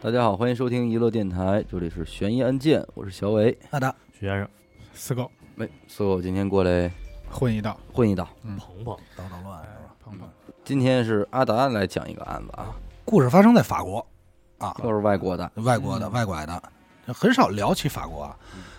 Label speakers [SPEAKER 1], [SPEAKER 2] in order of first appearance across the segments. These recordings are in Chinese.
[SPEAKER 1] 大家好，欢迎收听娱乐电台，这里是悬疑案件，我是小伟。
[SPEAKER 2] 阿达
[SPEAKER 3] 徐先生，
[SPEAKER 4] 死狗
[SPEAKER 1] 哎，所以我今天过来
[SPEAKER 4] 混一道，
[SPEAKER 1] 混一道。
[SPEAKER 3] 鹏鹏，
[SPEAKER 2] 捣捣乱
[SPEAKER 4] 哎
[SPEAKER 2] 是吧？，
[SPEAKER 4] 碰碰，
[SPEAKER 1] 今天是阿达来讲一个案子啊，
[SPEAKER 2] 故事发生在法国啊，
[SPEAKER 1] 都是外国的，
[SPEAKER 2] 外国的外拐的，很少聊起法国啊。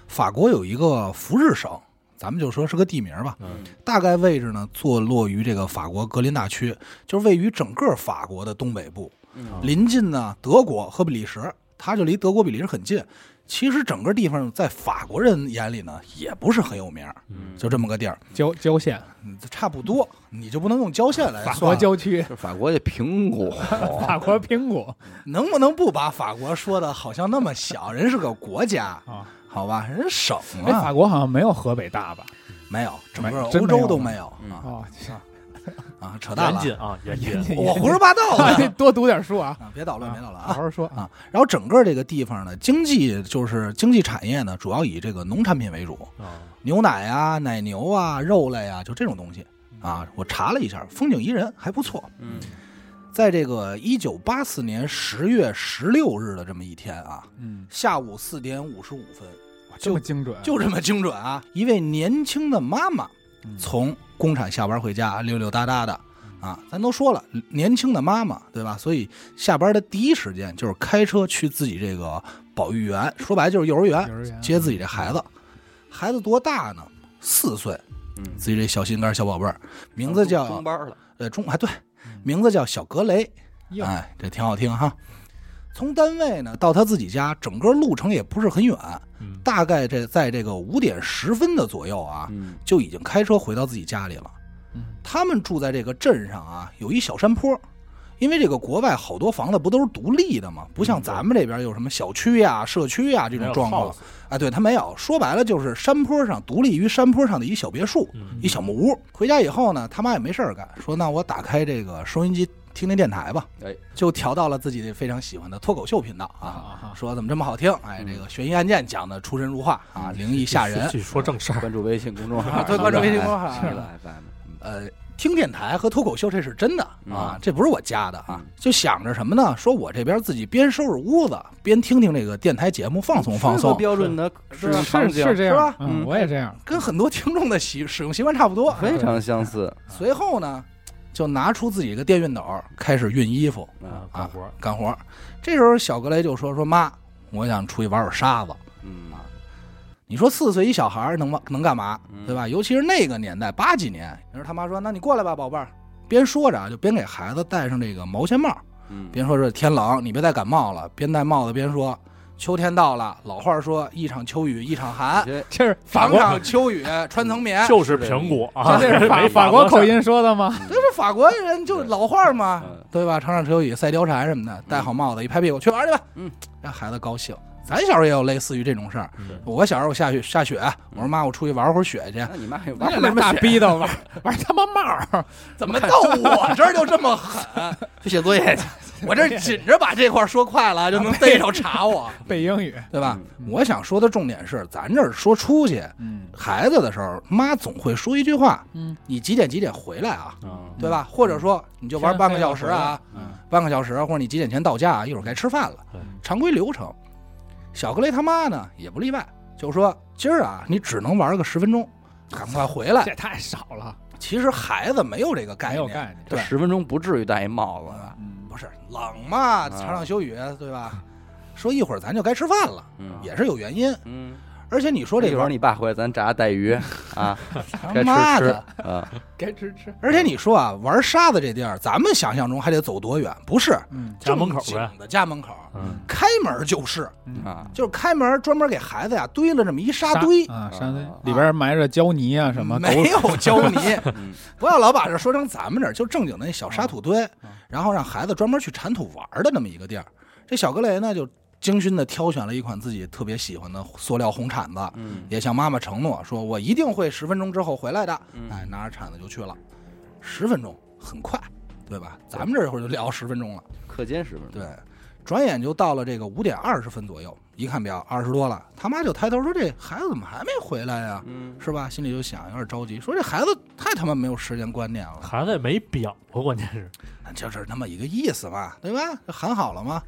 [SPEAKER 2] 法国有一个福日省，咱们就说是个地名吧，
[SPEAKER 3] 嗯
[SPEAKER 2] 大概位置呢坐落于这个法国格林纳区，就是位于整个法国的东北部，临近呢德国和比利时，它就离德国比利时很近。其实整个地方在法国人眼里呢，也不是很有名儿，
[SPEAKER 3] 嗯
[SPEAKER 2] 就这么个地儿，
[SPEAKER 4] 郊郊县，
[SPEAKER 2] 嗯差不多，你就不能用郊县来
[SPEAKER 4] 法
[SPEAKER 2] 哎算
[SPEAKER 4] 国
[SPEAKER 2] 了哦
[SPEAKER 4] 郊区，
[SPEAKER 1] 就是法国的苹果，
[SPEAKER 4] 法国苹果
[SPEAKER 2] 能不能不把法国说的好像那么小？人是个国家，
[SPEAKER 4] 啊。
[SPEAKER 2] 好吧，人家省
[SPEAKER 4] 哎，法
[SPEAKER 2] 啊，
[SPEAKER 4] 国好像没有河北大吧？
[SPEAKER 2] 没有，整
[SPEAKER 4] 没
[SPEAKER 2] 个
[SPEAKER 4] 真
[SPEAKER 2] 欧
[SPEAKER 4] 没有
[SPEAKER 2] 洲都
[SPEAKER 4] 吗
[SPEAKER 2] 没有啊
[SPEAKER 4] 哦，
[SPEAKER 2] 啊，扯淡
[SPEAKER 3] 严
[SPEAKER 2] 了
[SPEAKER 3] 谨啊， 严谨，
[SPEAKER 2] 我胡说八道
[SPEAKER 4] 啊
[SPEAKER 2] 了
[SPEAKER 4] 多读点书啊，
[SPEAKER 2] 啊！别捣乱，别捣乱
[SPEAKER 4] 好
[SPEAKER 2] 啊！
[SPEAKER 4] 好说啊。
[SPEAKER 2] 啊，然后整个这个地方呢，经济就是经济产业呢，主要以这个农产品为主，
[SPEAKER 3] 啊，
[SPEAKER 2] 牛奶啊、奶牛啊、肉类啊，就这种东西
[SPEAKER 4] 嗯
[SPEAKER 2] 啊。我查了一下，风景宜人，还不错。
[SPEAKER 1] 嗯，
[SPEAKER 2] 在这个一九八四年十月十六日的这么一天啊，
[SPEAKER 4] 嗯，
[SPEAKER 2] 下午四点五十五分，
[SPEAKER 4] 哇这么精准，
[SPEAKER 2] 就这么精准啊！一位年轻的妈妈
[SPEAKER 4] 嗯
[SPEAKER 2] 从工厂下班回家，溜溜达达的啊，咱都说了，年轻的妈妈对吧？所以下班的第一时间就是开车去自己这个保育园，说白了就是幼儿园
[SPEAKER 4] 幼儿园
[SPEAKER 2] 接自己这孩子。孩子多大呢？四岁，
[SPEAKER 1] 嗯
[SPEAKER 2] 自己这小心肝小宝贝儿，名字
[SPEAKER 1] 中
[SPEAKER 2] 叫
[SPEAKER 1] 中班了，
[SPEAKER 2] 呃中啊对
[SPEAKER 4] 嗯，
[SPEAKER 2] 名字叫小格雷。
[SPEAKER 4] 哟
[SPEAKER 2] 哎，这挺好听哈。从单位呢到他自己家，整个路程也不是很远，
[SPEAKER 3] 嗯
[SPEAKER 2] 大概这在这个五点十分的左右啊，
[SPEAKER 1] 嗯
[SPEAKER 2] 就已经开车回到自己家里了。
[SPEAKER 4] 嗯
[SPEAKER 2] 他们住在这个镇上啊，有一小山坡，因为这个国外好多房子不都是独立的嘛，不像咱们这边有什么小区呀、社区啊呀这种状况。哎，对，他没有，说白了就是山坡上独立于山坡上的一小别墅，
[SPEAKER 3] 嗯
[SPEAKER 2] 一小木屋。回家以后呢，他妈也没事儿干，说那我打开这个收音机听听电台吧，
[SPEAKER 1] 哎，
[SPEAKER 2] 就调到了自己非常喜欢的脱口秀频道
[SPEAKER 4] 啊
[SPEAKER 2] 啊。
[SPEAKER 4] 啊，
[SPEAKER 2] 说怎么这么好听？哎，这个悬疑案件讲的出神入化啊，灵异吓人。
[SPEAKER 3] 去说正事儿，
[SPEAKER 1] 关注微信公众号，
[SPEAKER 2] 对关注微信 公众号
[SPEAKER 1] 喜乐 FM，嗯
[SPEAKER 2] 呃，听电台和脱口秀这是真的啊，这不是我加的
[SPEAKER 1] 嗯。
[SPEAKER 2] 啊就想着什么呢？说我这边自己边收拾屋子，边听听这个电台节目，放松放
[SPEAKER 1] 是个
[SPEAKER 2] 松，
[SPEAKER 1] 标准的
[SPEAKER 4] 是啊
[SPEAKER 1] 是
[SPEAKER 4] 是是这
[SPEAKER 2] 是
[SPEAKER 4] 样
[SPEAKER 2] 吧，
[SPEAKER 4] 嗯，
[SPEAKER 1] 嗯
[SPEAKER 4] 我也这样，
[SPEAKER 2] 跟很多听众的习使用习惯差不多。啊
[SPEAKER 1] 非常相似，
[SPEAKER 2] 随后呢，就拿出自己一个电熨斗，开始熨衣服
[SPEAKER 1] 啊，
[SPEAKER 3] 干活儿，
[SPEAKER 2] 干活。这时候小格雷就说：“说妈，我想出去玩会儿沙子。”
[SPEAKER 1] 嗯
[SPEAKER 2] 你说四岁一小孩儿能吗？能干嘛
[SPEAKER 1] 嗯，
[SPEAKER 2] 对吧？尤其是那个年代，八几年。你说他妈说，那你过来吧，宝贝儿。边说着啊，就边给孩子戴上这个毛线帽，
[SPEAKER 1] 嗯，
[SPEAKER 2] 边说这天冷，你别再感冒了。边戴帽子边说，秋天到了。老话说，一场秋雨一 场寒，
[SPEAKER 1] 这
[SPEAKER 4] 这是法
[SPEAKER 2] 场
[SPEAKER 4] 国，
[SPEAKER 2] 场秋雨穿 层棉。
[SPEAKER 3] 就是苹果啊，
[SPEAKER 4] 这是法
[SPEAKER 3] 没
[SPEAKER 4] 法国口音说 的吗？
[SPEAKER 2] 这是法国人就
[SPEAKER 1] 对
[SPEAKER 2] 老话嘛
[SPEAKER 1] 嗯，
[SPEAKER 2] 对吧？场场秋雨赛貂蝉什么的，戴好帽子一拍屁股去玩去吧。
[SPEAKER 1] 嗯，
[SPEAKER 2] 让孩子高兴。咱小时候也有类似于这种事儿。
[SPEAKER 3] 嗯
[SPEAKER 2] 我小时候下雪下雪，我
[SPEAKER 1] 嗯
[SPEAKER 2] 说妈，我出去玩会儿雪去。
[SPEAKER 1] 那你妈也
[SPEAKER 4] 你
[SPEAKER 1] 玩
[SPEAKER 4] 俩
[SPEAKER 1] 不了
[SPEAKER 4] 那么大
[SPEAKER 1] 雪，
[SPEAKER 4] 逼的玩玩他妈帽儿，
[SPEAKER 2] 怎么到我这儿就这么狠？
[SPEAKER 1] 去写作业去，啊
[SPEAKER 2] 我这紧着把这块儿说快了，就能逮着 查我，
[SPEAKER 4] 背 英语，
[SPEAKER 2] 对吧？
[SPEAKER 4] 嗯
[SPEAKER 2] 我想说的重点是，咱这儿说出去
[SPEAKER 4] 嗯
[SPEAKER 2] 孩子的时候，妈总会说一句话
[SPEAKER 4] 嗯：“
[SPEAKER 2] 你几点几点回来啊？”
[SPEAKER 3] 啊，
[SPEAKER 2] 对吧？或者说你就玩半个小时啊，
[SPEAKER 4] 嗯
[SPEAKER 2] 半个小时，或者你几点前到家啊？一会儿该吃饭了
[SPEAKER 3] 对，
[SPEAKER 2] 常规流程。小格雷他妈呢也不例外，就说今儿啊，你只能玩个十分钟，赶快回来。
[SPEAKER 4] 这太少了，
[SPEAKER 2] 其实孩子没有这个概
[SPEAKER 4] 没有
[SPEAKER 2] 念，
[SPEAKER 4] 概念，
[SPEAKER 1] 这
[SPEAKER 2] 对
[SPEAKER 1] 十分钟不至于戴一帽子啊吧？
[SPEAKER 4] 嗯
[SPEAKER 2] 不是冷嘛，场场秋雨，对吧？说一会儿咱就该吃饭了，
[SPEAKER 1] 嗯
[SPEAKER 2] 也是有原因。
[SPEAKER 1] 嗯，
[SPEAKER 2] 而且你说这
[SPEAKER 1] 一会
[SPEAKER 2] 块
[SPEAKER 1] 儿
[SPEAKER 2] 儿
[SPEAKER 1] 你爸回来咱炸带鱼啊，该
[SPEAKER 2] 他妈
[SPEAKER 1] 吃吃
[SPEAKER 2] 的，
[SPEAKER 1] 啊，
[SPEAKER 4] 该吃吃，
[SPEAKER 2] 而且你说啊，玩沙子这地儿，咱们想象中还得走多远？不是
[SPEAKER 4] 嗯
[SPEAKER 3] 家门口啊
[SPEAKER 2] 正
[SPEAKER 3] 呗，
[SPEAKER 2] 经的家门口，
[SPEAKER 3] 嗯，
[SPEAKER 2] 开门就是，
[SPEAKER 4] 嗯
[SPEAKER 1] 啊
[SPEAKER 2] 就是开门专门给孩子呀堆了这么一沙堆，嗯
[SPEAKER 4] 啊，沙堆
[SPEAKER 1] 啊
[SPEAKER 4] 里边埋着胶泥啊，什么狗
[SPEAKER 2] 没有胶 泥，
[SPEAKER 1] 嗯
[SPEAKER 2] 不要老把这说成咱们这儿，就正经的那小沙土堆
[SPEAKER 4] 嗯，
[SPEAKER 2] 然后让孩子专门去铲土玩儿的那么一个地儿。这小格雷呢，就精心的挑选了一款自己特别喜欢的塑料红铲子，
[SPEAKER 1] 嗯
[SPEAKER 2] 也向妈妈承诺说，我一定会十分钟之后回来的。
[SPEAKER 1] 嗯
[SPEAKER 2] 哎，拿着铲子就去了，十分钟很快，对吧？咱们这会儿就聊十分钟了。
[SPEAKER 1] 课间十分钟，
[SPEAKER 2] 对，转眼就到了这个五点二十分左右，一看表二十多了，他妈就抬头说：“这孩子怎么还没回来呀、
[SPEAKER 1] 嗯，
[SPEAKER 2] 是吧？心里就想，有点着急，说这孩子太他妈没有时间观念了。
[SPEAKER 3] 孩子也没表，关键是，
[SPEAKER 2] 就是那么一个意思嘛，对吧？喊好了吗？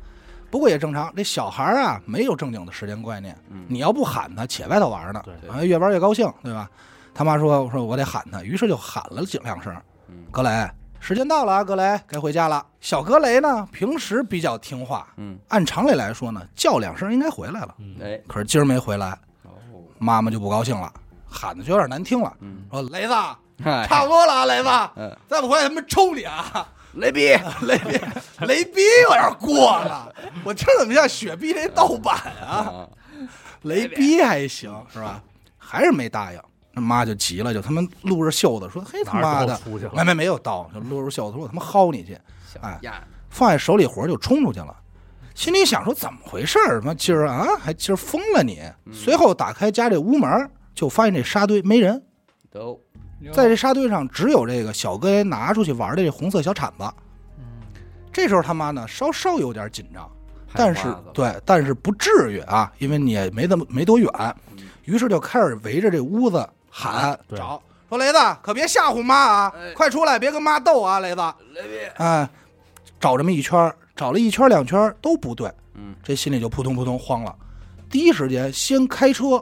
[SPEAKER 2] 不过也正常，这小孩儿啊没有正经的时间观念，
[SPEAKER 1] 嗯
[SPEAKER 2] 你要不喊他，且外头玩呢，
[SPEAKER 3] 对
[SPEAKER 2] 啊，越玩越高兴，对吧？他妈说：“我说我得喊他。”于是就喊了几两声
[SPEAKER 1] 嗯。
[SPEAKER 2] 格雷，时间到了啊，格雷该回家了。小格雷呢，平时比较听话，
[SPEAKER 1] 嗯，
[SPEAKER 2] 按常理来说呢，叫两声应该回来了，
[SPEAKER 3] 嗯，
[SPEAKER 1] 哎，
[SPEAKER 2] 可是今儿没回来，
[SPEAKER 1] 哦，
[SPEAKER 2] 妈妈就不高兴了，喊的就有点难听了，
[SPEAKER 1] 嗯，
[SPEAKER 2] 说：“雷子，
[SPEAKER 1] 嗨
[SPEAKER 2] 差不多了啊，雷子，
[SPEAKER 1] 嗯，
[SPEAKER 2] 再不回来他们抽你啊！”
[SPEAKER 1] 雷逼，
[SPEAKER 2] 雷逼，雷逼有点过了，我听着怎么像雪碧那盗版啊？
[SPEAKER 1] 啊，
[SPEAKER 2] 雷逼还行是吧？还是没答应，那妈就急了，就他妈撸着袖子说：“嘿他妈
[SPEAKER 3] 哪儿
[SPEAKER 2] 的
[SPEAKER 3] 都出去，了
[SPEAKER 2] 没没没有刀，就撸着袖子说，我他妈薅你去！”
[SPEAKER 1] 小
[SPEAKER 2] 哎
[SPEAKER 1] 呀，
[SPEAKER 2] 放下手里活儿就冲出去了。心里想说怎么回事儿？他妈今儿啊，还今儿疯了你！随后打开家里屋门儿，就发现这沙堆没人，
[SPEAKER 1] 都
[SPEAKER 2] 在这沙堆上只有这个小哥拿出去玩的这红色小铲子。这时候他妈呢稍稍有点紧张，但是对，但是不至于啊，因为你也没那么没多远，
[SPEAKER 1] 嗯
[SPEAKER 2] 于是就开始围着这屋子喊
[SPEAKER 3] 对
[SPEAKER 2] 找，说雷子可别吓唬妈啊
[SPEAKER 1] 哎，
[SPEAKER 2] 快出来，别跟妈斗啊，雷子，
[SPEAKER 1] 雷逼，
[SPEAKER 2] 哎，找这么一圈儿，找了一圈儿两圈儿都不对，
[SPEAKER 1] 嗯，
[SPEAKER 2] 这心里就扑通扑通慌了。第一时间先开车，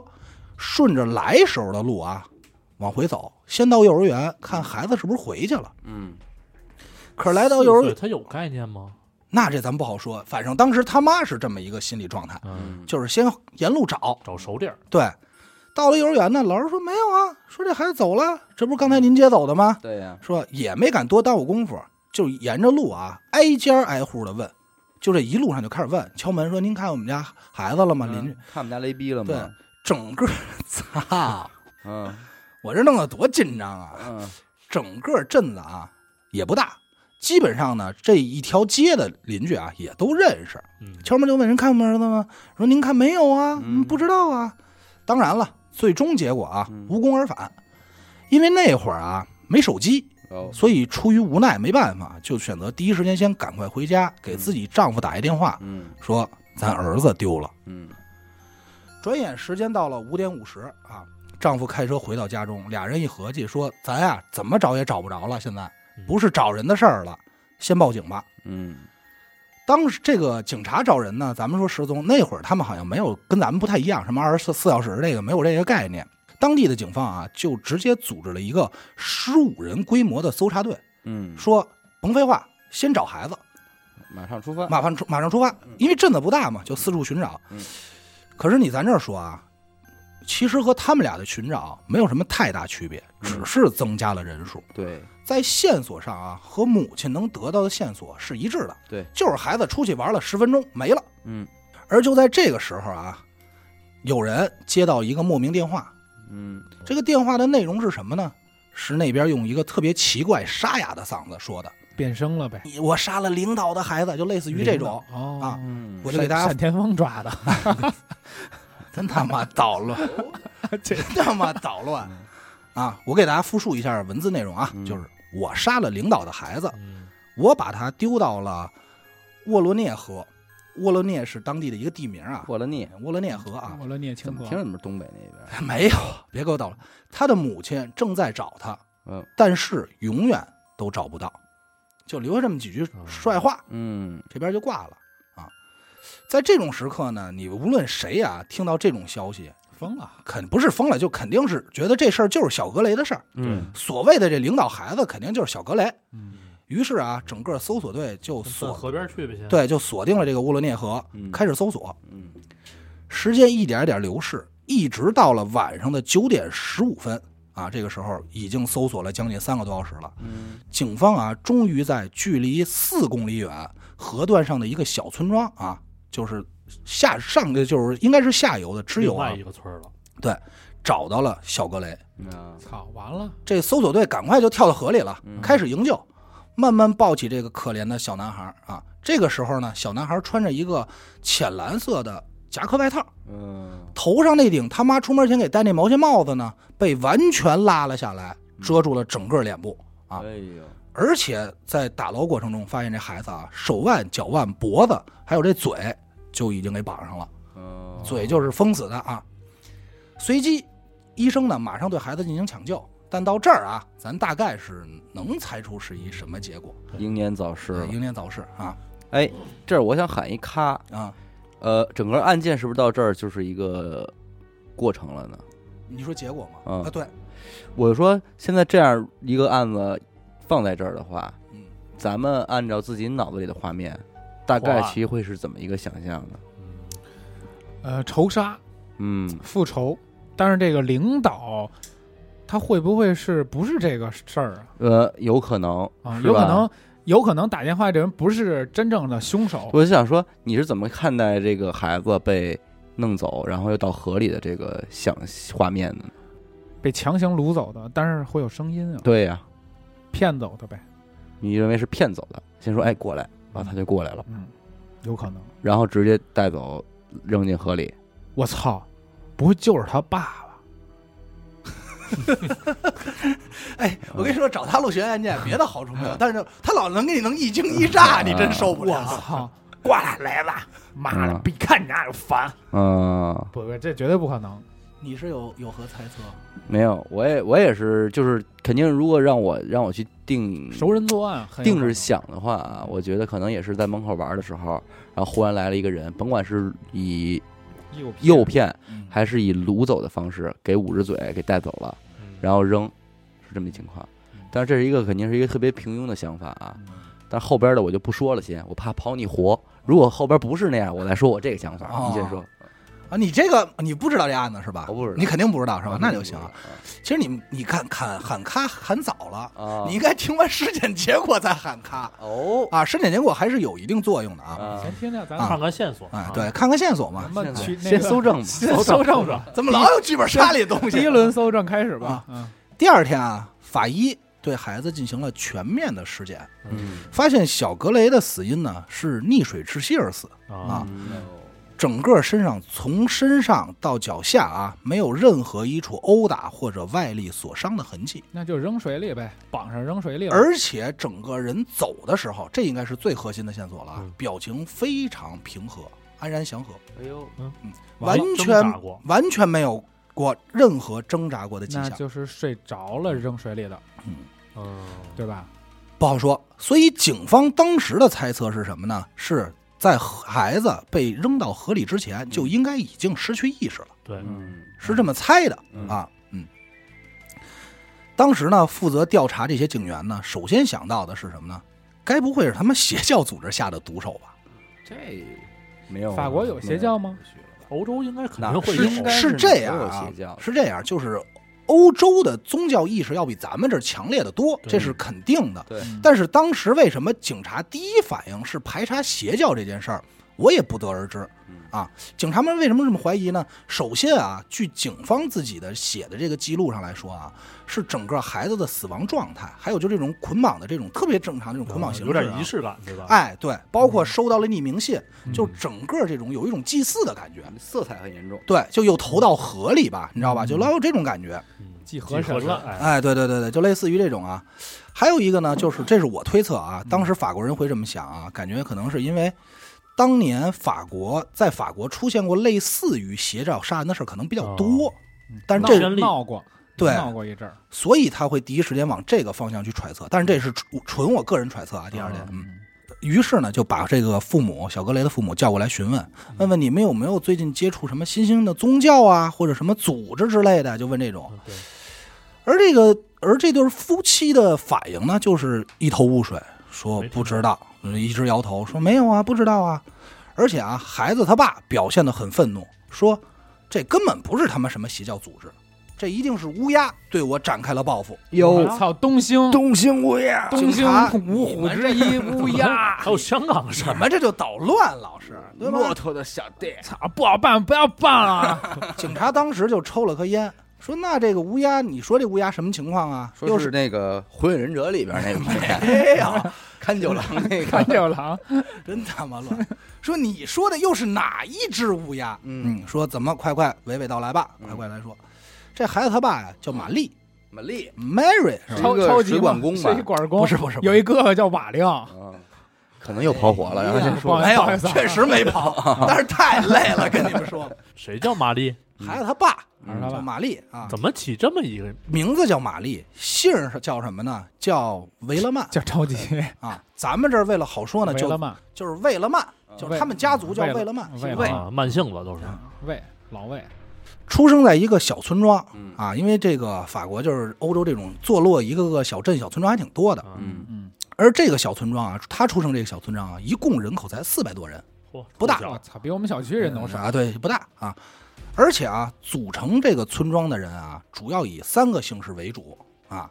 [SPEAKER 2] 顺着来时候的路啊，往回走，先到幼儿园看孩子是不是回去了。
[SPEAKER 1] 嗯，
[SPEAKER 2] 可是来到幼儿
[SPEAKER 3] 对
[SPEAKER 2] 园，
[SPEAKER 3] 他有概念吗？
[SPEAKER 2] 那这咱不好说，反正当时他妈是这么一个心理状态，
[SPEAKER 3] 嗯，
[SPEAKER 1] 嗯，
[SPEAKER 2] 就是先沿路找。
[SPEAKER 3] 找熟地儿，
[SPEAKER 2] 对，到了幼儿园呢，老师说没有啊，说这孩子走了，这不是刚才您接走的吗？
[SPEAKER 1] 对呀，
[SPEAKER 2] 说也没敢多耽误功夫，就沿着路啊，挨家挨户的问，就这一路上就开始问，敲门说：“您看我们家孩子了吗？”邻居
[SPEAKER 1] 嗯看我们家雷逼了
[SPEAKER 2] 对
[SPEAKER 1] 吗？，
[SPEAKER 2] 整个 操，
[SPEAKER 1] 嗯
[SPEAKER 2] 我这弄得多紧张啊！
[SPEAKER 1] 嗯，
[SPEAKER 2] 整个镇子啊也不大，基本上呢这一条街的邻居啊也都认识。
[SPEAKER 3] 嗯，
[SPEAKER 2] 敲门就问：“人看我们儿子吗？”说：“您看没有啊？
[SPEAKER 1] 嗯
[SPEAKER 2] 嗯不知道啊。”当然了，最终结果啊
[SPEAKER 1] 嗯
[SPEAKER 2] 无功而返，因为那会儿啊没手机。
[SPEAKER 1] 哦，
[SPEAKER 2] 所以出于无奈没办法，就选择第一时间先赶快回家，给自己丈夫打一电话，
[SPEAKER 1] 嗯
[SPEAKER 2] 说咱儿子丢了。
[SPEAKER 1] 嗯，
[SPEAKER 2] 转眼时间到了五点五十啊，丈夫开车回到家中，俩人一合计说，咱呀、怎么找也找不着了，现在
[SPEAKER 3] 嗯
[SPEAKER 2] 不是找人的事儿了，先报警吧。
[SPEAKER 1] 嗯
[SPEAKER 2] 当时这个警察找人呢，咱们说失踪那会儿，他们好像没有跟咱们不太一样，什么二十四四小时这个没有这个概念。当地的警方啊，就直接组织了一个十五人规模的搜查队，
[SPEAKER 1] 嗯，
[SPEAKER 2] 说甭废话，先找孩子。
[SPEAKER 1] 马上出发，
[SPEAKER 2] 马上出马上出发，因为镇子不大嘛，就四处寻找。
[SPEAKER 1] 嗯
[SPEAKER 2] 可是你咱这儿说啊，其实和他们俩的寻找没有什么太大区别，
[SPEAKER 1] 嗯
[SPEAKER 2] 只是增加了人数，
[SPEAKER 1] 对，
[SPEAKER 2] 在线索上啊，和母亲能得到的线索是一致的。
[SPEAKER 1] 对，
[SPEAKER 2] 就是孩子出去玩了十分钟没了。
[SPEAKER 1] 嗯
[SPEAKER 2] 而就在这个时候啊，有人接到一个莫名电话，
[SPEAKER 1] 嗯，
[SPEAKER 2] 这个电话的内容是什么呢？是那边用一个特别奇怪、沙哑的嗓子说的
[SPEAKER 4] 变声了呗：“，
[SPEAKER 2] 你我杀了领导的孩子，就类似于这种。”
[SPEAKER 4] 哦
[SPEAKER 2] 啊
[SPEAKER 1] 嗯
[SPEAKER 2] 我就给大家
[SPEAKER 4] 闪天风抓的，
[SPEAKER 2] 真他妈捣乱，
[SPEAKER 4] 这
[SPEAKER 2] 真他妈捣乱啊！我给大家复述一下文字内容啊，
[SPEAKER 1] 嗯
[SPEAKER 2] 就是我杀了领导的孩子，
[SPEAKER 3] 嗯，
[SPEAKER 2] 我把他丢到了沃罗涅河。沃罗涅是当地的一个地名啊，
[SPEAKER 1] 过了你，
[SPEAKER 2] 沃罗涅河啊，
[SPEAKER 4] 我了你也
[SPEAKER 1] 怎
[SPEAKER 4] 清
[SPEAKER 1] 么
[SPEAKER 4] 楚
[SPEAKER 1] 听。着你们东北那边？
[SPEAKER 2] 没有，别给我捣乱。他的母亲正在找他，
[SPEAKER 1] 嗯
[SPEAKER 2] 但是永远都找不到，就留下这么几句帅话。
[SPEAKER 1] 嗯
[SPEAKER 2] 这边就挂了啊。在这种时刻呢，你无论谁啊，听到这种消息，
[SPEAKER 4] 疯了，
[SPEAKER 2] 肯不是疯了，就肯定是觉得这事儿就是小格雷的事儿。
[SPEAKER 1] 嗯
[SPEAKER 2] 所谓的这领导孩子，肯定就是小格雷。
[SPEAKER 4] 嗯，
[SPEAKER 2] 于是啊，整个搜索队就
[SPEAKER 3] 奔
[SPEAKER 2] 锁
[SPEAKER 3] 河边去呗，先，
[SPEAKER 2] 对就锁定了这个乌罗涅河，
[SPEAKER 1] 嗯
[SPEAKER 2] 开始搜索。
[SPEAKER 1] 嗯
[SPEAKER 2] 时间一点一点流逝，一直到了晚上的九点十五分啊，这个时候已经搜索了将近三个多小时了。
[SPEAKER 1] 嗯
[SPEAKER 2] 警方啊，终于在距离四公里远河段上的一个小村庄啊，就是下上个就是应该是下游的支
[SPEAKER 3] 另
[SPEAKER 2] 游
[SPEAKER 3] 外
[SPEAKER 2] 啊，
[SPEAKER 3] 一个村儿了，
[SPEAKER 2] 找到了小格雷。
[SPEAKER 1] 啊，
[SPEAKER 4] 操，完了，
[SPEAKER 2] 这搜索队赶快就跳到河里了，
[SPEAKER 1] 嗯
[SPEAKER 2] 开始营救，慢慢抱起这个可怜的小男孩啊。这个时候呢，小男孩穿着一个浅蓝色的夹克外套，
[SPEAKER 1] 嗯
[SPEAKER 2] 头上那顶他妈出门前给戴那毛线帽子呢，被完全拉了下来，遮住了整个脸部。啊
[SPEAKER 1] 哎呦，
[SPEAKER 2] 而且在打捞过程中，发现这孩子啊，手腕、脚腕、脖子还有这嘴就已经给绑上了，
[SPEAKER 1] 嗯，
[SPEAKER 2] 嘴就是封死的啊。随即，医生呢马上对孩子进行抢救，但到这儿啊，咱大概是能猜出是一什么结果，呃哎
[SPEAKER 1] 英年早逝了，
[SPEAKER 2] 英年早逝啊。
[SPEAKER 1] 哎，这儿我想喊一咔，
[SPEAKER 2] 啊。
[SPEAKER 1] 呃，整个案件是不是到这儿就是一个过程了呢？
[SPEAKER 2] 你说结果吗？
[SPEAKER 1] 嗯
[SPEAKER 2] 啊，对，
[SPEAKER 1] 我说现在这样一个案子放在这儿的话，
[SPEAKER 2] 嗯，
[SPEAKER 1] 咱们按照自己脑子里的画面，大概
[SPEAKER 4] 哇
[SPEAKER 1] 其会是怎么一个想象呢？
[SPEAKER 3] 嗯
[SPEAKER 4] 呃，仇杀
[SPEAKER 1] 嗯，
[SPEAKER 4] 复仇，但是这个领导他会不会是不是这个事儿啊？
[SPEAKER 1] 呃，有可能
[SPEAKER 4] 啊，
[SPEAKER 1] 是
[SPEAKER 4] 有可
[SPEAKER 1] 吧
[SPEAKER 4] 能，有可能打电话这人不是真正的凶手。
[SPEAKER 1] 我就想说，你是怎么看待这个孩子被弄走，然后又到河里的这个想画面的呢？
[SPEAKER 4] 被强行掳走的，但是会有声音啊，
[SPEAKER 1] 对呀、
[SPEAKER 4] 骗走的呗。
[SPEAKER 1] 你认为是骗走的？先说，哎，过来，然后他就过来了，
[SPEAKER 4] 嗯，有可能。
[SPEAKER 1] 然后直接带走，扔进河里。
[SPEAKER 4] 我操，不会就是他爸爸？
[SPEAKER 2] 哎，我
[SPEAKER 1] 嗯
[SPEAKER 2] 跟你说，找他录悬疑案件，别的好处没 有，但是他老能给你能一惊一
[SPEAKER 1] 嗯
[SPEAKER 2] 乍，你真受不
[SPEAKER 4] 我
[SPEAKER 2] 了。
[SPEAKER 4] 操，过来来吧，妈的
[SPEAKER 1] 嗯，
[SPEAKER 4] 比看你俩就烦。
[SPEAKER 1] 嗯，
[SPEAKER 4] 不不，这绝对不可能。
[SPEAKER 2] 你是有有何猜测？
[SPEAKER 1] 没有，我也我也是，就是肯定，如果让我让我去定
[SPEAKER 4] 熟人作案，很有
[SPEAKER 1] 定
[SPEAKER 4] 可能
[SPEAKER 1] 制想的话啊，我觉得可能也是在门口玩的时候，然后忽然来了一个人，甭管是以
[SPEAKER 4] 诱骗
[SPEAKER 1] 诱骗
[SPEAKER 2] 嗯
[SPEAKER 1] 还是以掳走的方式给捂着嘴给带走了，
[SPEAKER 3] 嗯
[SPEAKER 1] 然后扔，是这么一情况
[SPEAKER 2] 嗯。
[SPEAKER 1] 但是这是一个肯定是一个特别平庸的想法啊，但是后边的我就不说了先，我怕跑你活。如果后边不是那样，我再说我这个想法。
[SPEAKER 2] 哦
[SPEAKER 1] 你先说，
[SPEAKER 2] 啊，你这个你不知道这案子是吧？
[SPEAKER 1] 我不知道
[SPEAKER 2] 你肯定不知道是吧？那就行
[SPEAKER 1] 啊
[SPEAKER 2] 了。其实你你看喊喊咔喊早了，
[SPEAKER 1] 啊，
[SPEAKER 2] 你应该听完尸检结果再喊咔
[SPEAKER 1] 哦
[SPEAKER 2] 啊。尸检结果还是有一定作用的啊。
[SPEAKER 1] 啊
[SPEAKER 4] 先听听咱
[SPEAKER 2] 啊
[SPEAKER 3] 看看线索。
[SPEAKER 2] 哎，对，看看线索嘛
[SPEAKER 4] 咱。们
[SPEAKER 1] 现在
[SPEAKER 4] 去那
[SPEAKER 1] 先
[SPEAKER 4] 个
[SPEAKER 1] 搜证吧，
[SPEAKER 4] 先搜证吧。
[SPEAKER 2] 怎么老有剧本杀里的东西？
[SPEAKER 4] 嗯第一轮搜证开始吧。嗯，
[SPEAKER 2] 第二天啊，法医对孩子进行了全面的尸检，
[SPEAKER 1] 嗯
[SPEAKER 2] 发现小格雷的死因呢是溺水窒息而死，啊
[SPEAKER 3] 啊，
[SPEAKER 2] 整个身上从身上到脚下啊没有任何一处殴打或者外力所伤的痕迹，
[SPEAKER 4] 那就扔水里呗，绑上扔水里了。
[SPEAKER 2] 而且整个人走的时候，这应该是最核心的线索了啊
[SPEAKER 3] 嗯，
[SPEAKER 2] 表情非常平和，安然祥和，
[SPEAKER 1] 哎呦，
[SPEAKER 2] 完
[SPEAKER 3] 完了
[SPEAKER 2] 全
[SPEAKER 3] 挣扎过
[SPEAKER 2] 完全没有过任何挣扎过的迹
[SPEAKER 4] 那
[SPEAKER 2] 象，
[SPEAKER 4] 就是睡着了扔水里的，
[SPEAKER 3] 嗯，
[SPEAKER 4] 对吧？
[SPEAKER 2] 不好说。所以警方当时的猜测是什么呢？是在孩子被扔到河里之前就应该已经失去意识了，
[SPEAKER 3] 对，
[SPEAKER 1] 嗯，
[SPEAKER 2] 是这么猜的
[SPEAKER 1] 嗯
[SPEAKER 2] 啊。嗯，当时呢，负责调查这些警员呢，首先想到的是什么呢？该不会是他们邪教组织下的毒手吧？
[SPEAKER 1] 这没有。
[SPEAKER 4] 法国有邪教吗？
[SPEAKER 3] 欧洲应该肯
[SPEAKER 1] 那
[SPEAKER 3] 定会
[SPEAKER 1] 是
[SPEAKER 3] 有
[SPEAKER 1] 应该
[SPEAKER 2] 是
[SPEAKER 1] 是
[SPEAKER 2] 这样
[SPEAKER 1] 没有
[SPEAKER 2] 啊
[SPEAKER 1] 邪教，的
[SPEAKER 2] 是这样，就是欧洲的宗教意识要比咱们这儿强烈的多，
[SPEAKER 3] 对
[SPEAKER 2] 这是肯定的。
[SPEAKER 1] 对，
[SPEAKER 4] 嗯
[SPEAKER 2] 但是当时为什么警察第一反应是排查邪教这件事儿，我也不得而知
[SPEAKER 1] 嗯。
[SPEAKER 2] 啊，警察们为什么这么怀疑呢？首先啊，据警方自己的写的这个记录上来说啊，是整个孩子的死亡状态，还有就这种捆绑的这种特别正常的这种捆绑形式、
[SPEAKER 3] 嗯
[SPEAKER 2] 啊
[SPEAKER 3] 有点仪。式感，对吧？，
[SPEAKER 2] 哎，对，包括收到了匿名信，
[SPEAKER 4] 嗯
[SPEAKER 2] 就整个这种有一种祭祀的感觉。
[SPEAKER 1] 色彩很严重。
[SPEAKER 2] 对，就又投到河里吧，你知道
[SPEAKER 3] 嗯
[SPEAKER 2] 吧？就老有这种感觉。
[SPEAKER 4] 祭河
[SPEAKER 3] 合
[SPEAKER 4] 神
[SPEAKER 3] 神了，，哎，
[SPEAKER 2] 哎，对对对对，就类似于这种啊。还有一个呢，就是这是我推测啊，当时法国人会这么想啊，感觉可能是因为当年法国在法国出现过类似于邪教杀人的事儿可能比较多，
[SPEAKER 4] 嗯
[SPEAKER 2] 但是
[SPEAKER 4] 闹
[SPEAKER 2] 这
[SPEAKER 3] 人力
[SPEAKER 4] 闹过，
[SPEAKER 2] 对
[SPEAKER 4] 闹过一阵儿。
[SPEAKER 2] 所以他会第一时间往这个方向去揣测。但是这是纯纯我个人揣测啊，第二点，嗯。于是呢，就把这个父母小格雷的父母叫过来询问，问问你们有没有最近接触什么新兴的宗教啊，或者什么组织之类的，就问这种。
[SPEAKER 3] 对，
[SPEAKER 2] 而这个而这对夫妻的反应呢，就是一头雾水，说
[SPEAKER 3] 没听
[SPEAKER 2] 不知道，一直摇头，说没有啊，不知道啊。而且啊，孩子他爸表现得很愤怒，说这根本不是他们什么邪教组织，这一定是乌鸦对我展开了报复。
[SPEAKER 4] 我操，东兴
[SPEAKER 1] 东兴乌鸦，
[SPEAKER 4] 东兴
[SPEAKER 2] 警察
[SPEAKER 4] 五虎之一乌鸦，
[SPEAKER 3] 还有香港的 事
[SPEAKER 2] 你
[SPEAKER 3] 儿，
[SPEAKER 2] 们这就捣乱，老师，对吧？
[SPEAKER 1] 驼的小弟，
[SPEAKER 4] 操，不好办，不要办啊！
[SPEAKER 2] 警察当时就抽了颗烟，说那这个乌鸦，你说这乌鸦什么情况啊？又哎
[SPEAKER 1] 说 是那个《火影忍者》里边那 个乌鸦，
[SPEAKER 2] 没有，
[SPEAKER 1] 看九郎 那
[SPEAKER 4] 看啊
[SPEAKER 1] 个，
[SPEAKER 4] 这有狼，
[SPEAKER 2] 真他妈乱！说你说的又是哪一只乌鸦？
[SPEAKER 1] 嗯，
[SPEAKER 2] 说怎么快快娓娓道来吧，
[SPEAKER 1] 嗯
[SPEAKER 2] 快快来说。这孩子他爸呀叫玛丽
[SPEAKER 1] 玛丽，
[SPEAKER 2] Mary 是吧？
[SPEAKER 4] 超
[SPEAKER 1] 一个
[SPEAKER 4] 超级
[SPEAKER 1] 水管
[SPEAKER 4] 嘛
[SPEAKER 1] 工吧
[SPEAKER 4] 是一管工，
[SPEAKER 2] 不是不是不是
[SPEAKER 4] 有一哥哥叫瓦亮，
[SPEAKER 1] 嗯，可能又跑火了，然后先
[SPEAKER 4] 不
[SPEAKER 1] 说
[SPEAKER 4] 好意思
[SPEAKER 2] 没
[SPEAKER 4] 不好意
[SPEAKER 2] 有，
[SPEAKER 4] 思啊
[SPEAKER 2] 确实没跑，但是太累了，跟你们说。
[SPEAKER 3] 谁叫玛丽？
[SPEAKER 2] 孩子他爸
[SPEAKER 4] 还
[SPEAKER 1] 嗯
[SPEAKER 4] 是他
[SPEAKER 2] 叫
[SPEAKER 4] 爸
[SPEAKER 2] 玛丽啊，
[SPEAKER 3] 怎么起这么一个？
[SPEAKER 2] 名字叫玛丽，姓儿是叫什么呢？叫维勒曼
[SPEAKER 4] 叫着急，
[SPEAKER 2] 啊。咱们这儿为了好说呢，
[SPEAKER 4] 为了
[SPEAKER 2] 就
[SPEAKER 4] 嘛，
[SPEAKER 2] 就是为了曼，
[SPEAKER 1] 嗯
[SPEAKER 2] 就是他们家族叫
[SPEAKER 4] 为
[SPEAKER 2] 为
[SPEAKER 4] 了
[SPEAKER 2] 了曼，
[SPEAKER 4] 为
[SPEAKER 2] 姓
[SPEAKER 4] 了
[SPEAKER 2] 魏，
[SPEAKER 3] 啊，慢性子都是。
[SPEAKER 4] 喂老魏，
[SPEAKER 2] 出生在一个小村庄
[SPEAKER 1] 嗯
[SPEAKER 2] 啊，因为这个法国就是欧洲这种坐落一个个小镇、小村庄还挺多的。
[SPEAKER 1] 嗯
[SPEAKER 4] 嗯，
[SPEAKER 2] 而这个小村庄啊，他出生这个小村庄啊，一共人口才四百多人，
[SPEAKER 3] 嚯，
[SPEAKER 2] 不大
[SPEAKER 3] 小
[SPEAKER 4] 我啊操，比我们小区人都少，
[SPEAKER 2] 啊，对，不大啊。而且啊，组成这个村庄的人啊，主要以三个姓氏为主啊，